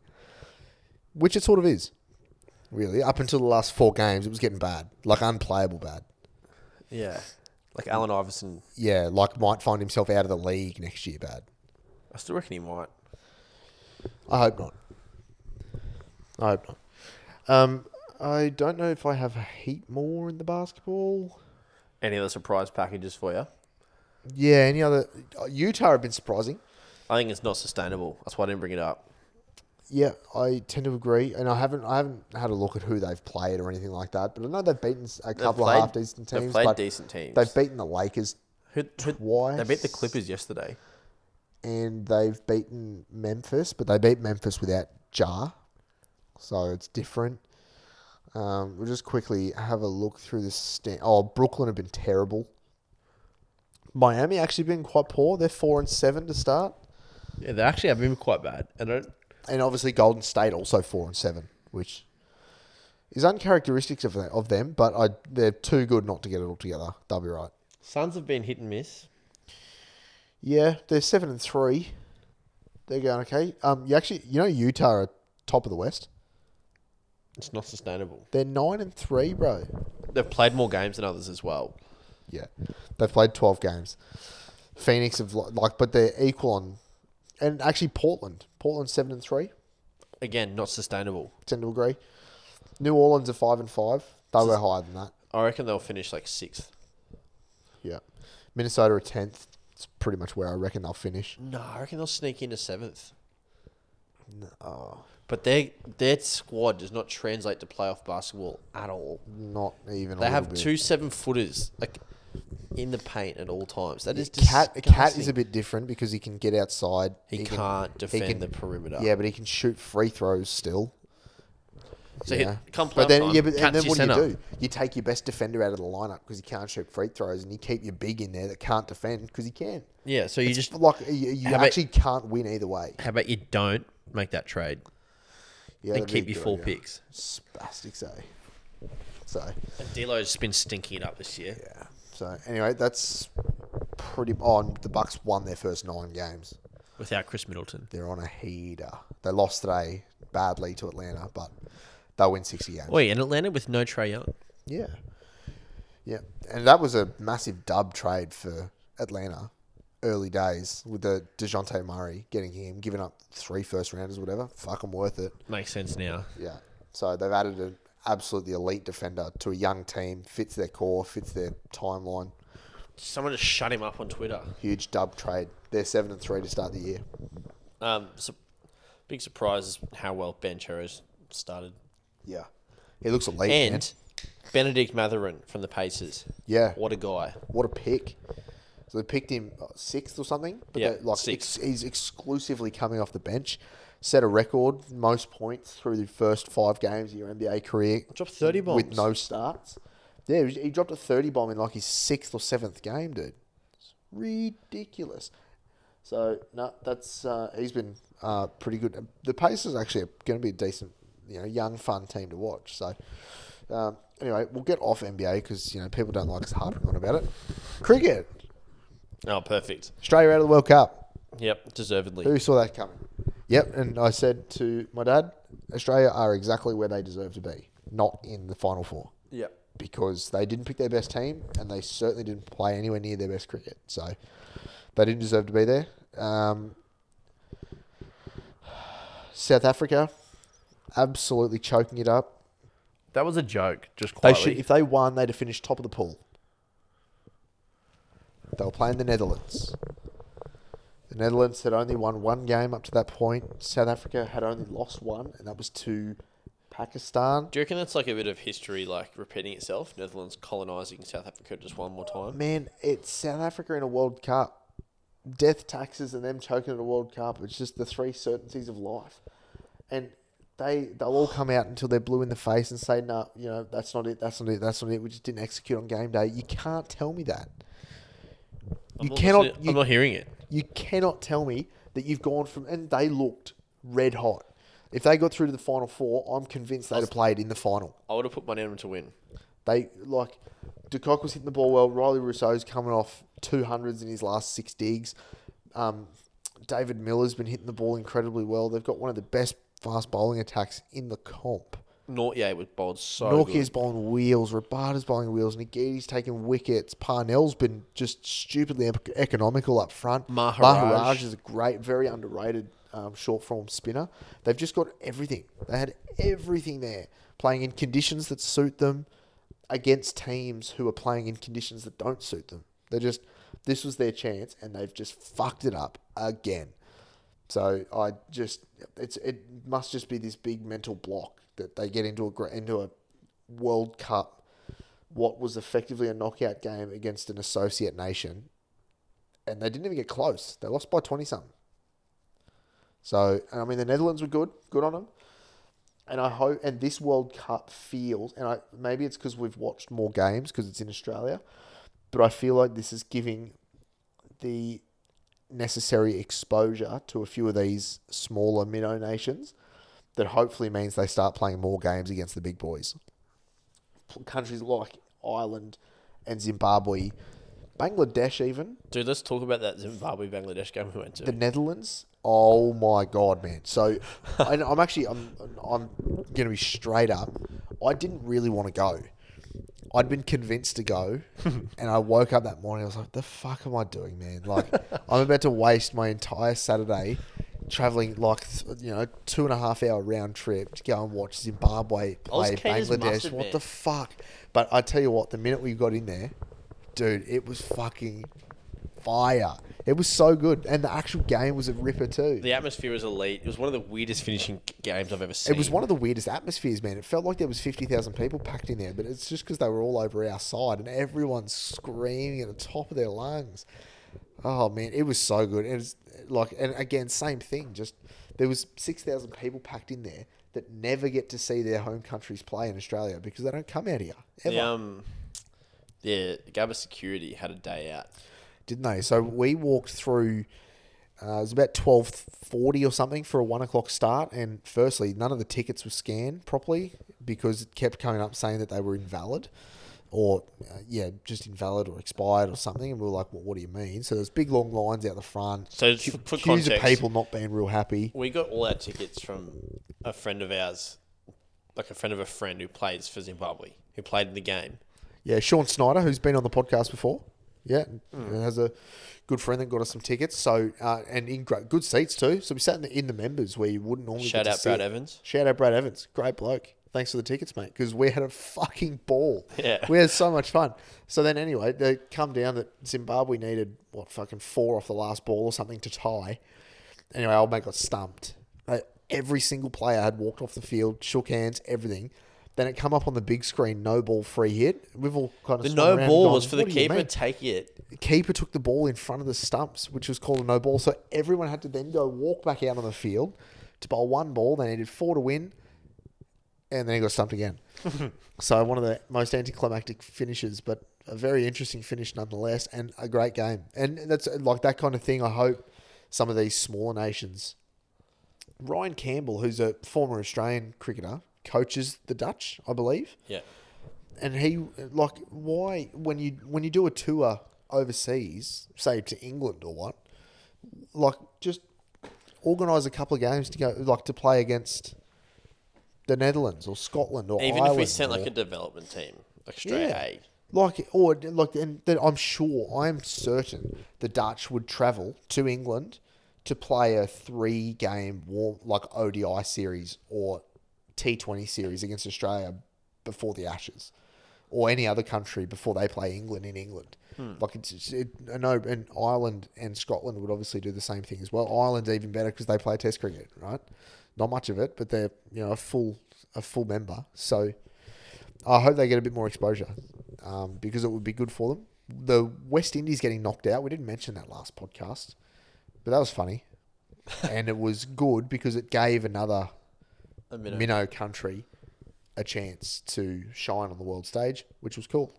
Speaker 2: which it sort of is, really. Up until the last four games, it was getting bad, like unplayable bad.
Speaker 1: yeah. Like Alan Iverson,
Speaker 2: Yeah, like might find himself out of the league next year. Bad.
Speaker 1: I still reckon he might.
Speaker 2: I hope not. I hope not. Um, I don't know if I have a heap more in the basketball.
Speaker 1: Any other surprise packages for you?
Speaker 2: Yeah, any other uh, Utah have been surprising.
Speaker 1: I think it's not sustainable. That's why I didn't bring it up.
Speaker 2: Yeah, I tend to agree, and I haven't I haven't had a look at who they've played or anything like that. But I know they've beaten a couple
Speaker 1: played-
Speaker 2: of half decent
Speaker 1: they've
Speaker 2: teams.
Speaker 1: played
Speaker 2: but
Speaker 1: decent teams.
Speaker 2: They've beaten the Lakers
Speaker 1: Who, who,
Speaker 2: twice.
Speaker 1: They beat the Clippers yesterday.
Speaker 2: and they've beaten Memphis, but they beat Memphis without Jar, so it's different. Um, we'll just quickly have a look through this. Stand- oh, Brooklyn have been terrible. Miami actually been quite poor. They're four and seven to start,
Speaker 1: Yeah, they actually have been quite bad. I don't.
Speaker 2: and obviously Golden State also four and seven, which is uncharacteristic of them. Of them, but I, they're too good not to get it all together. They'll be right.
Speaker 1: Suns have been hit and miss.
Speaker 2: Yeah, they're seven and three. They're going okay. Um, you actually, you know, Utah are top of the West.
Speaker 1: It's not sustainable.
Speaker 2: They're nine and three, bro.
Speaker 1: They've played more games than others as well.
Speaker 2: Yeah, they've played twelve games. Phoenix have li- like, but they're equal on, and actually Portland, Portland seven and three.
Speaker 1: Again, not sustainable.
Speaker 2: Tend to agree. New Orleans are five and five. They were higher than that.
Speaker 1: I reckon they'll finish like sixth.
Speaker 2: Yeah, Minnesota are tenth. It's pretty much where I reckon they'll finish.
Speaker 1: No, I reckon they'll sneak into seventh. No. But their their squad does not translate to playoff basketball at all.
Speaker 2: Not even.
Speaker 1: They
Speaker 2: a
Speaker 1: have
Speaker 2: little
Speaker 1: two seven footers like in the paint at all times. That is
Speaker 2: Bit. Cat
Speaker 1: disgusting.
Speaker 2: cat is a bit different because he can get outside.
Speaker 1: he,
Speaker 2: can-
Speaker 1: can't defend
Speaker 2: can-
Speaker 1: the perimeter.
Speaker 2: Yeah, but he can shoot free throws still.
Speaker 1: So he- come
Speaker 2: But then,
Speaker 1: playoff
Speaker 2: yeah,
Speaker 1: time,
Speaker 2: but and
Speaker 1: Cat's
Speaker 2: then
Speaker 1: your
Speaker 2: what do you
Speaker 1: centre.
Speaker 2: do? You take your best defender out of the lineup because he can't shoot free throws, and you keep your big in there that can't defend because he can.
Speaker 1: Yeah, so you just
Speaker 2: Like you, you
Speaker 1: How about-
Speaker 2: actually can't win either way.
Speaker 1: how about you don't make that trade
Speaker 2: Yeah,
Speaker 1: and
Speaker 2: that'd be
Speaker 1: keep
Speaker 2: a
Speaker 1: your
Speaker 2: good
Speaker 1: four
Speaker 2: idea.
Speaker 1: picks.
Speaker 2: Spastic, so, so
Speaker 1: D'Lo's been stinking it up this year.
Speaker 2: yeah. So anyway, that's pretty. On the Bucks won their first nine games.
Speaker 1: without Chris Middleton.
Speaker 2: They're on a heater. They lost today badly to Atlanta, but they'll win sixty games.
Speaker 1: Wait, and Atlanta with no Trey Young.
Speaker 2: Yeah. Yeah. And that was a massive dub trade for Atlanta early days with the DeJounte Murray getting him, giving up three first rounders, whatever. Fucking worth it.
Speaker 1: Makes sense now.
Speaker 2: Yeah. So they've added an absolutely elite defender to a young team, fits their core, fits their timeline.
Speaker 1: Someone just shut him up on Twitter.
Speaker 2: Huge dub trade. They're seven and three to start the year.
Speaker 1: Um, su- big surprise is how well Ben Chero's started.
Speaker 2: Yeah. He looks elite. man.
Speaker 1: And Benedict Matherin from the Pacers.
Speaker 2: yeah.
Speaker 1: What a guy.
Speaker 2: What a pick. So they picked him uh, sixth or something. But
Speaker 1: Yeah,
Speaker 2: they- like
Speaker 1: sixth.
Speaker 2: Ex- he's exclusively coming off the bench. Set a record, most points through the first five games of your NBA career.
Speaker 1: Dropped 30
Speaker 2: With
Speaker 1: bombs.
Speaker 2: no starts. Yeah, he was- he dropped a 30 bomb in like his sixth or seventh game, dude. It's ridiculous. So, no, that's uh, he's been uh, pretty good. The Pacers actually are going to be a decent, you know, young, fun team to watch. So, um, anyway, we'll get off NBA because, you know, people don't like us harping on about it. Cricket.
Speaker 1: Oh, perfect.
Speaker 2: Australia out of the World Cup.
Speaker 1: Yep, deservedly.
Speaker 2: Who saw that coming? Yep, and I said to my dad, Australia are exactly where they deserve to be, not in the final four,
Speaker 1: Yep.
Speaker 2: because they didn't pick their best team and they certainly didn't play anywhere near their best cricket. So they didn't deserve to be there. Um, South Africa, absolutely choking it up.
Speaker 1: That was a joke, just
Speaker 2: They
Speaker 1: quietly.
Speaker 2: should, if they won, they'd have finished top of the pool. They were playing the Netherlands. The Netherlands had only won one game up to that point. South Africa had only lost one, and that was to Pakistan.
Speaker 1: Do you reckon that's like a bit of history, like repeating itself? Netherlands colonizing South Africa just one more time.
Speaker 2: Man, it's South Africa in a World Cup. Death taxes and them choking at a World Cup. It's just the three certainties of life. And they they'll all come out until they're blue in the face and say, No, you know, that's not it, that's not it, that's not it. We just didn't execute on game day. You can't tell me that.
Speaker 1: I'm
Speaker 2: you
Speaker 1: not
Speaker 2: cannot-
Speaker 1: listening-
Speaker 2: you-
Speaker 1: I'm not hearing it.
Speaker 2: You cannot tell me that you've gone from and they looked red hot. If they got through to the final four, I'm convinced they'd have played in the final.
Speaker 1: I would have put money on them to win.
Speaker 2: They like Dukok was hitting the ball well. Riley Rousseau's coming off two hundreds in his last six digs. Um, David Miller's been hitting the ball incredibly well. They've got one of the best fast bowling attacks in the comp.
Speaker 1: Nortier was bowled so
Speaker 2: Norkier's
Speaker 1: good.
Speaker 2: bowling wheels, Rabada's bowling wheels, Nagiti's taking wickets. Parnell's been just stupidly ec- economical up front.
Speaker 1: Maharaj.
Speaker 2: Maharaj is a great, very underrated um, short form spinner. They've just got everything. They had everything there, playing in conditions that suit them against teams who are playing in conditions that don't suit them. They just this was their chance, and they've just fucked it up again. So I just it's it must just be this big mental block that they get into a gra- into a World Cup, what was effectively a knockout game against an associate nation, and they didn't even get close. They lost by twenty something. So and I mean the Netherlands were good, good on them, and I hope and this World Cup feels and I maybe it's because we've watched more games because it's in Australia, but I feel like this is giving the necessary exposure to a few of these smaller minnow nations that hopefully means they start playing more games against the big boys. P- Countries like Ireland and Zimbabwe, Bangladesh, even
Speaker 1: Dude, let's talk about that Zimbabwe Bangladesh game we went to.
Speaker 2: the Netherlands. Oh my god, man! So, and I'm actually I'm I'm gonna be straight up. I didn't really want to go. I'd been convinced to go, and I woke up that morning. I was like, "The fuck am I doing, man? Like, I'm about to waste my entire Saturday traveling like th- you know two and a half hour round trip to go and watch Zimbabwe
Speaker 1: was
Speaker 2: play
Speaker 1: keen as
Speaker 2: Bangladesh.
Speaker 1: mustard,
Speaker 2: What
Speaker 1: man.
Speaker 2: the fuck?" But I tell you what, the minute we got in there, dude, it was fucking fire. It was so good, and the actual game was a ripper too.
Speaker 1: The atmosphere was elite. It was one of the weirdest finishing g- games I've ever seen.
Speaker 2: It was one of the weirdest atmospheres, man. It felt like there was fifty thousand people packed in there, but it's just because they were all over our side and everyone's screaming at the top of their lungs. Oh man, it was so good. And it's like, and again, same thing. Just there was six thousand people packed in there that never get to see their home countries play in Australia because they don't come out here ever,
Speaker 1: The, um, yeah, Gabba Security had a day out.
Speaker 2: didn't they? So we walked through. Uh, it was about twelve forty or something for a one o'clock start. And firstly, none of the tickets were scanned properly because it kept coming up saying that they were invalid, or uh, yeah, just invalid or expired or something. And we were like, "Well, what do you mean?" So there's big long lines out the front.
Speaker 1: So f- for
Speaker 2: Queues of
Speaker 1: context,
Speaker 2: people not being real happy.
Speaker 1: we got all our tickets from a friend of ours, like a friend of a friend who plays for Zimbabwe, who played in the game.
Speaker 2: Yeah, Sean Snyder, who's been on the podcast before. Yeah,
Speaker 1: Hmm.
Speaker 2: and has a good friend that got us some tickets. So uh, and in great, good seats too. So we sat in the, in the members where you wouldn't normally
Speaker 1: Shout
Speaker 2: get to
Speaker 1: out
Speaker 2: sit.
Speaker 1: Brad Evans.
Speaker 2: Shout out Brad Evans, great bloke. Thanks for the tickets, mate, because we had a fucking ball.
Speaker 1: Yeah.
Speaker 2: we had so much fun. So then anyway, they come down that Zimbabwe needed what fucking four off the last ball or something to tie. Anyway, old mate got stumped. Like, every single player had walked off the field, shook hands, everything. Then it come up on the big screen, no ball, free hit. We've all kind of
Speaker 1: The
Speaker 2: swung
Speaker 1: no
Speaker 2: around and
Speaker 1: ball
Speaker 2: gone,
Speaker 1: was for the
Speaker 2: "What do you
Speaker 1: keeper.
Speaker 2: mean?"
Speaker 1: Take it.
Speaker 2: keeper took the ball in front of the stumps, which was called a no ball. So everyone had to then go walk back out on the field to bowl one ball. They needed four to win, and then he got stumped again. so one of the most anticlimactic finishes, but a very interesting finish nonetheless, and a great game. And that's uh, like that kind of thing. I hope some of these smaller nations. Ryan Campbell, who's a former Australian cricketer, coaches the Dutch, I believe
Speaker 1: Yeah.
Speaker 2: and he like why when you when you do a tour overseas, say to England or what, like just organize a couple of games to go like to play against the Netherlands or Scotland or
Speaker 1: Even if we
Speaker 2: Ireland
Speaker 1: sent
Speaker 2: or-
Speaker 1: like a development team, like straight A.
Speaker 2: like or like, and then I'm sure, I'm certain the Dutch would travel to England to play a three-game warm like ODI series or T20 series against Australia before the Ashes, or any other country before they play England in England. Like it's, it's- it, I know, and Ireland and Scotland would obviously do the same thing as well. Ireland's even better because they play Test cricket, right? Not much of it, but they're you know a full a full member. So I hope they get a bit more exposure um, because it would be good for them. The West Indies getting knocked out. We didn't mention that last podcast, but that was funny. and it was good because it gave another
Speaker 1: A minute.
Speaker 2: minnow. country a chance to shine on the world stage, which was cool.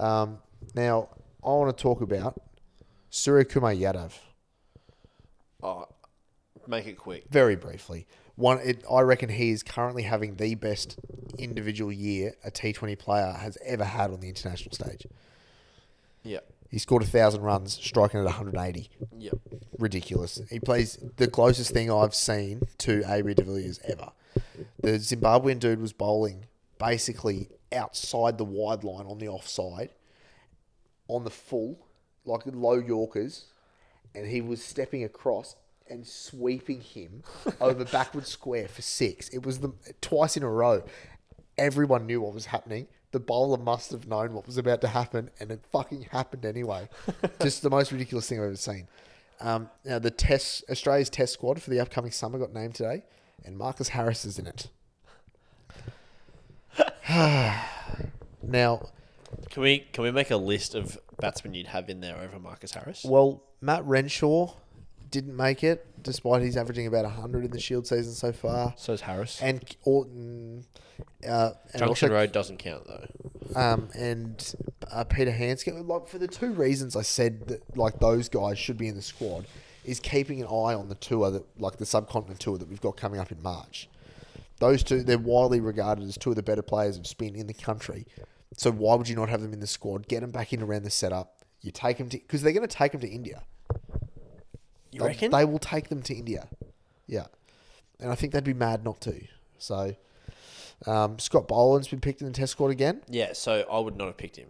Speaker 2: Um, now, I want to talk about Suryakumar Yadav
Speaker 1: Oh, make it quick.
Speaker 2: very briefly. One, it, I reckon he is currently having the best individual year a T20 player has ever had on the international stage.
Speaker 1: Yeah.
Speaker 2: He scored a thousand runs, striking at 180.
Speaker 1: Yeah.
Speaker 2: ridiculous. He plays the closest thing I've seen to Avery de Villiers ever. The Zimbabwean dude was bowling basically outside the wide line on the offside, on the full, like low Yorkers, and he was stepping across and sweeping him over backward square for six. It was the twice in a row. Everyone knew what was happening. The bowler must have known what was about to happen, and it fucking happened anyway. Just the most ridiculous thing I've ever seen. Um, now the test Australia's test squad for the upcoming summer got named today, and Marcus Harris is in it. now,
Speaker 1: Can we can we make a list of batsmen you'd have in there over Marcus Harris?
Speaker 2: well, Matt Renshaw didn't make it, despite he's averaging about hundred in the Shield season so far,
Speaker 1: So is Harris.
Speaker 2: and K- Orton, uh, and
Speaker 1: Junction
Speaker 2: also,
Speaker 1: Road doesn't count though.
Speaker 2: um, and uh, Peter Hanscom. Like for the two reasons I said that, like those guys should be in the squad, is keeping an eye on the tour that, like the subcontinent tour that we've got coming up in March. Those two, they're widely regarded as two of the better players of spin in the country. So why would you not have them in the squad? Get them back in around the setup. You take them to because they're going to take them to India.
Speaker 1: You
Speaker 2: They-
Speaker 1: reckon?
Speaker 2: They will take them to India. Yeah. And I think they'd be mad not to. So um, Scott Boland's been picked in the test squad again.
Speaker 1: yeah. So I would not have picked him.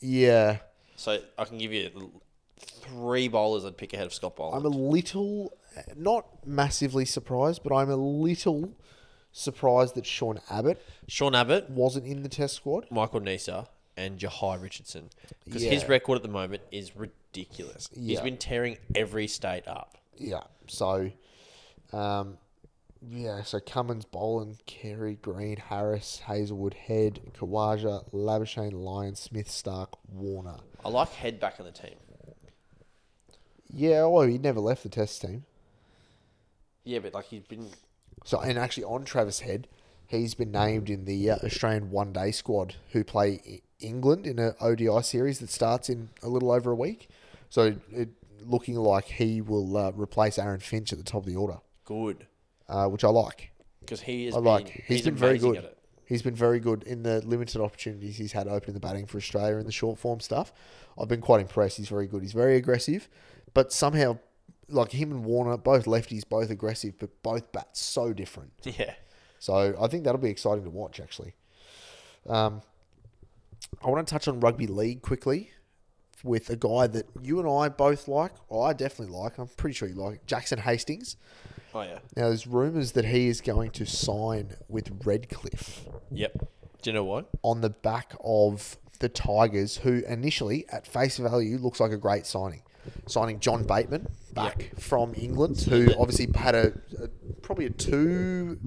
Speaker 2: Yeah.
Speaker 1: So I can give you l- three bowlers I'd pick ahead of Scott Bowler.
Speaker 2: I'm a little, not massively surprised, but I'm a little surprised that Sean Abbott
Speaker 1: Sean Abbott,
Speaker 2: wasn't in the test squad.
Speaker 1: Michael Nisa, and Jahai Richardson because
Speaker 2: Yeah.
Speaker 1: his record at the moment is ridiculous. He's
Speaker 2: Yeah.
Speaker 1: been tearing every state up.
Speaker 2: Yeah. So, um, yeah. So Cummins, Boland, Kerry, Green, Harris, Hazelwood, Head, Kawaja, Labuschagne, Lyon, Smith, Stark, Warner.
Speaker 1: I like Head back on the team.
Speaker 2: Yeah. Oh, he never left the test team.
Speaker 1: Yeah, but like he's been
Speaker 2: So, and actually on Travis Head, he's been named in the uh, Australian One Day squad who play E- England in a ODI series that starts in a little over a week. So, it, looking like he will uh, replace Aaron Finch at the top of the order,
Speaker 1: good
Speaker 2: uh, which I like.
Speaker 1: because he is.
Speaker 2: I like.
Speaker 1: Been,
Speaker 2: he's been very
Speaker 1: amazing
Speaker 2: good.
Speaker 1: at it.
Speaker 2: He's been very good in the limited opportunities he's had open in the batting for Australia in the short form stuff. I've been quite impressed. He's very good. He's very aggressive, but somehow, like him and Warner, both lefties, both aggressive, but both bats so different.
Speaker 1: Yeah.
Speaker 2: So I think that'll be exciting to watch, actually. Um, I want to touch on rugby league quickly with a guy that you and I both like. Well, I definitely like. I'm pretty sure you like Jackson Hastings.
Speaker 1: Oh yeah.
Speaker 2: Now, there's rumours that he is going to sign with Redcliffe
Speaker 1: Yep. Do you know what?
Speaker 2: on the back of the Tigers, who initially, at face value, looks like a great signing. Signing John Bateman back from England, who obviously had a, a probably a two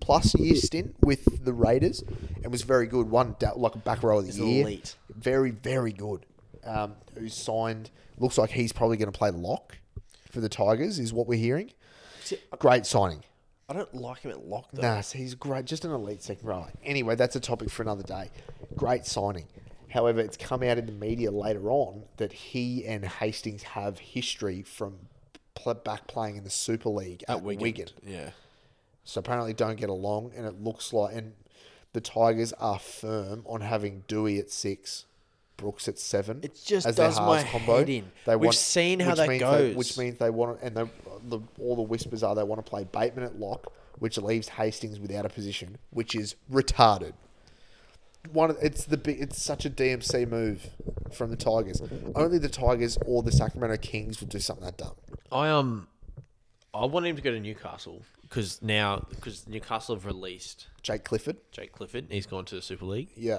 Speaker 2: plus year stint with the Raiders and was very good. One da- like a back row of the
Speaker 1: He's
Speaker 2: year,
Speaker 1: elite.
Speaker 2: very very good. Um, who's signed? Looks like he's probably going to play lock for the Tigers, is what we're hearing.
Speaker 1: See,
Speaker 2: Great signing.
Speaker 1: I don't like him at lock though.
Speaker 2: Nah, so he's great. Just an elite second rower. Anyway, that's a topic for another day. Great signing. However, it's come out in the media later on that he and Hastings have history from pl- back playing in the Super League at, Wigan.
Speaker 1: Yeah.
Speaker 2: So apparently don't get along, and it looks like and the Tigers are firm on having Dewey at six, Brooks at seven.
Speaker 1: It just
Speaker 2: their
Speaker 1: does
Speaker 2: halves
Speaker 1: my head in. We've seen how
Speaker 2: which
Speaker 1: that
Speaker 2: means They,
Speaker 1: goes.
Speaker 2: which means they want, and they, the, all the whispers are they want to play Bateman at lock, which leaves Hastings without a position, which is retarded. One, of- it's the bi- it's such a DMC move from the Tigers. Only the Tigers or the Sacramento Kings would do something that dumb.
Speaker 1: I um, I want him to go to Newcastle because now because Newcastle have released
Speaker 2: Jake Clifford,
Speaker 1: Jake Clifford. and He's gone to the Super League.
Speaker 2: yeah,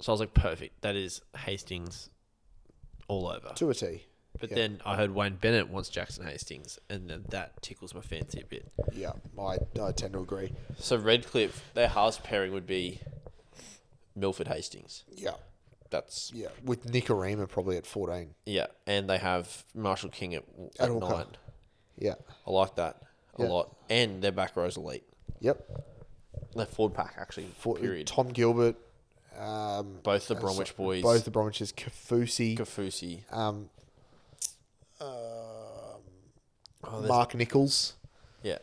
Speaker 1: So I was like, perfect. That is Hastings all over.
Speaker 2: to a T.
Speaker 1: But then I heard Wayne Bennett wants Jackson Hastings, and th- that tickles my fancy a bit.
Speaker 2: Yeah, I, I tend to agree.
Speaker 1: So Redcliffe, their halves pairing would be Milford Hastings.
Speaker 2: Yeah,
Speaker 1: That's
Speaker 2: yeah. With Nicarima probably at 14.
Speaker 1: yeah, and they have Marshall King at,
Speaker 2: At
Speaker 1: at
Speaker 2: hooker.
Speaker 1: nine.
Speaker 2: Yeah.
Speaker 1: I like that a
Speaker 2: Yeah.
Speaker 1: lot, and their back row's elite.
Speaker 2: Yep.
Speaker 1: Their forward pack actually.
Speaker 2: For,
Speaker 1: period.
Speaker 2: Tom Gilbert. Um,
Speaker 1: Both the
Speaker 2: uh,
Speaker 1: Bromwich
Speaker 2: so-
Speaker 1: boys,
Speaker 2: Both the Bromwiches. Kafusi.
Speaker 1: Kafusi.
Speaker 2: Um, um,
Speaker 1: oh, there's-
Speaker 2: Mark Nichols.
Speaker 1: Yeah,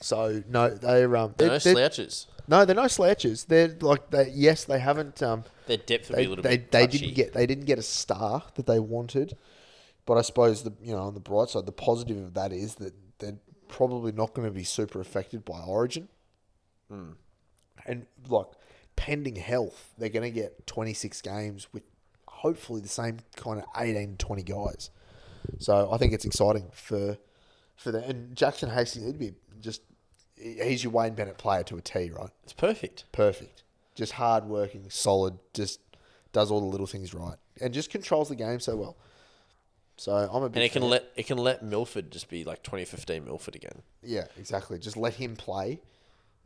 Speaker 2: So no, they're um,
Speaker 1: they're no
Speaker 2: they're- they're-
Speaker 1: slouches.
Speaker 2: no, they're no slouches. They're like they. Yes, they haven't. Um,
Speaker 1: Their depth would
Speaker 2: they
Speaker 1: be a little
Speaker 2: they,
Speaker 1: bit.
Speaker 2: they
Speaker 1: touchy.
Speaker 2: didn't get they didn't get a star that they wanted, but I suppose the you know on the bright side, the positive of that is that they're probably not going to be super affected by Origin,
Speaker 1: Hmm.
Speaker 2: and like pending health, they're going to get twenty six games with hopefully the same kind of 18, 20 guys. So I think it's exciting for for them. And Jackson Hastings, it'd be just he- he's your Wayne Bennett player to a T, right?
Speaker 1: It's perfect.
Speaker 2: perfect. Just hard working, solid, just does all the little things right. And just controls the game so well. So I'm a big
Speaker 1: And it can
Speaker 2: fan.
Speaker 1: let it can let Milford just be like 2015 Milford again.
Speaker 2: Yeah, exactly. Just let him play.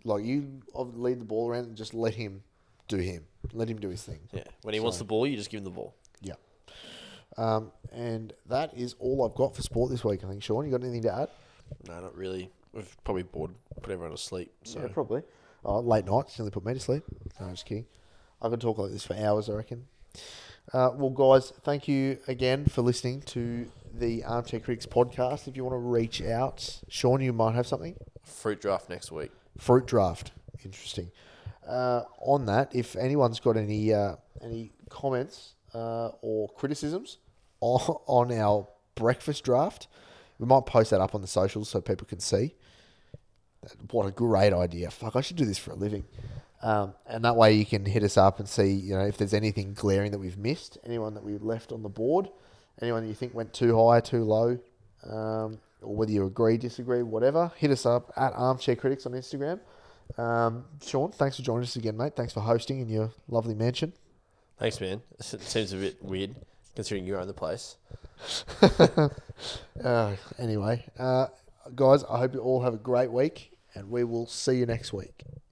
Speaker 2: Like you ob- lead the ball around and just let him do him. Let him do his thing.
Speaker 1: Yeah, when he wants the ball, you just give him the ball.
Speaker 2: Yeah. Um, and that is all I've got for sport this week, I think. Sean, you got anything to add?
Speaker 1: No, not really. We've probably bored, put everyone to sleep. So
Speaker 2: probably. Oh, late nights nearly put me to sleep. No, just kidding. I could talk like this for hours, I reckon. Uh, well, guys, thank you again for listening to the Armchair Critics podcast. If you want to reach out, Sean, you might have something.
Speaker 1: fruit draft next week.
Speaker 2: Fruit draft, interesting. Uh, on that, if anyone's got any uh, any comments uh, or criticisms on, on our breakfast draft, we might post that up on the socials so people can see. What a great idea. Fuck, I should do this for a living. Um, and that way you can hit us up and see, you know, if there's anything glaring that we've missed, anyone that we've left on the board, anyone that you think went too high, too low, um, or whether you agree, disagree, whatever, hit us up at Armchair Critics on Instagram. Um, Sean, thanks for joining us again, mate. Thanks for hosting in your lovely mansion.
Speaker 1: Thanks, man. It seems a bit weird considering you own the place.
Speaker 2: Uh, anyway, uh, guys, I hope you all have a great week, and we will see you next week.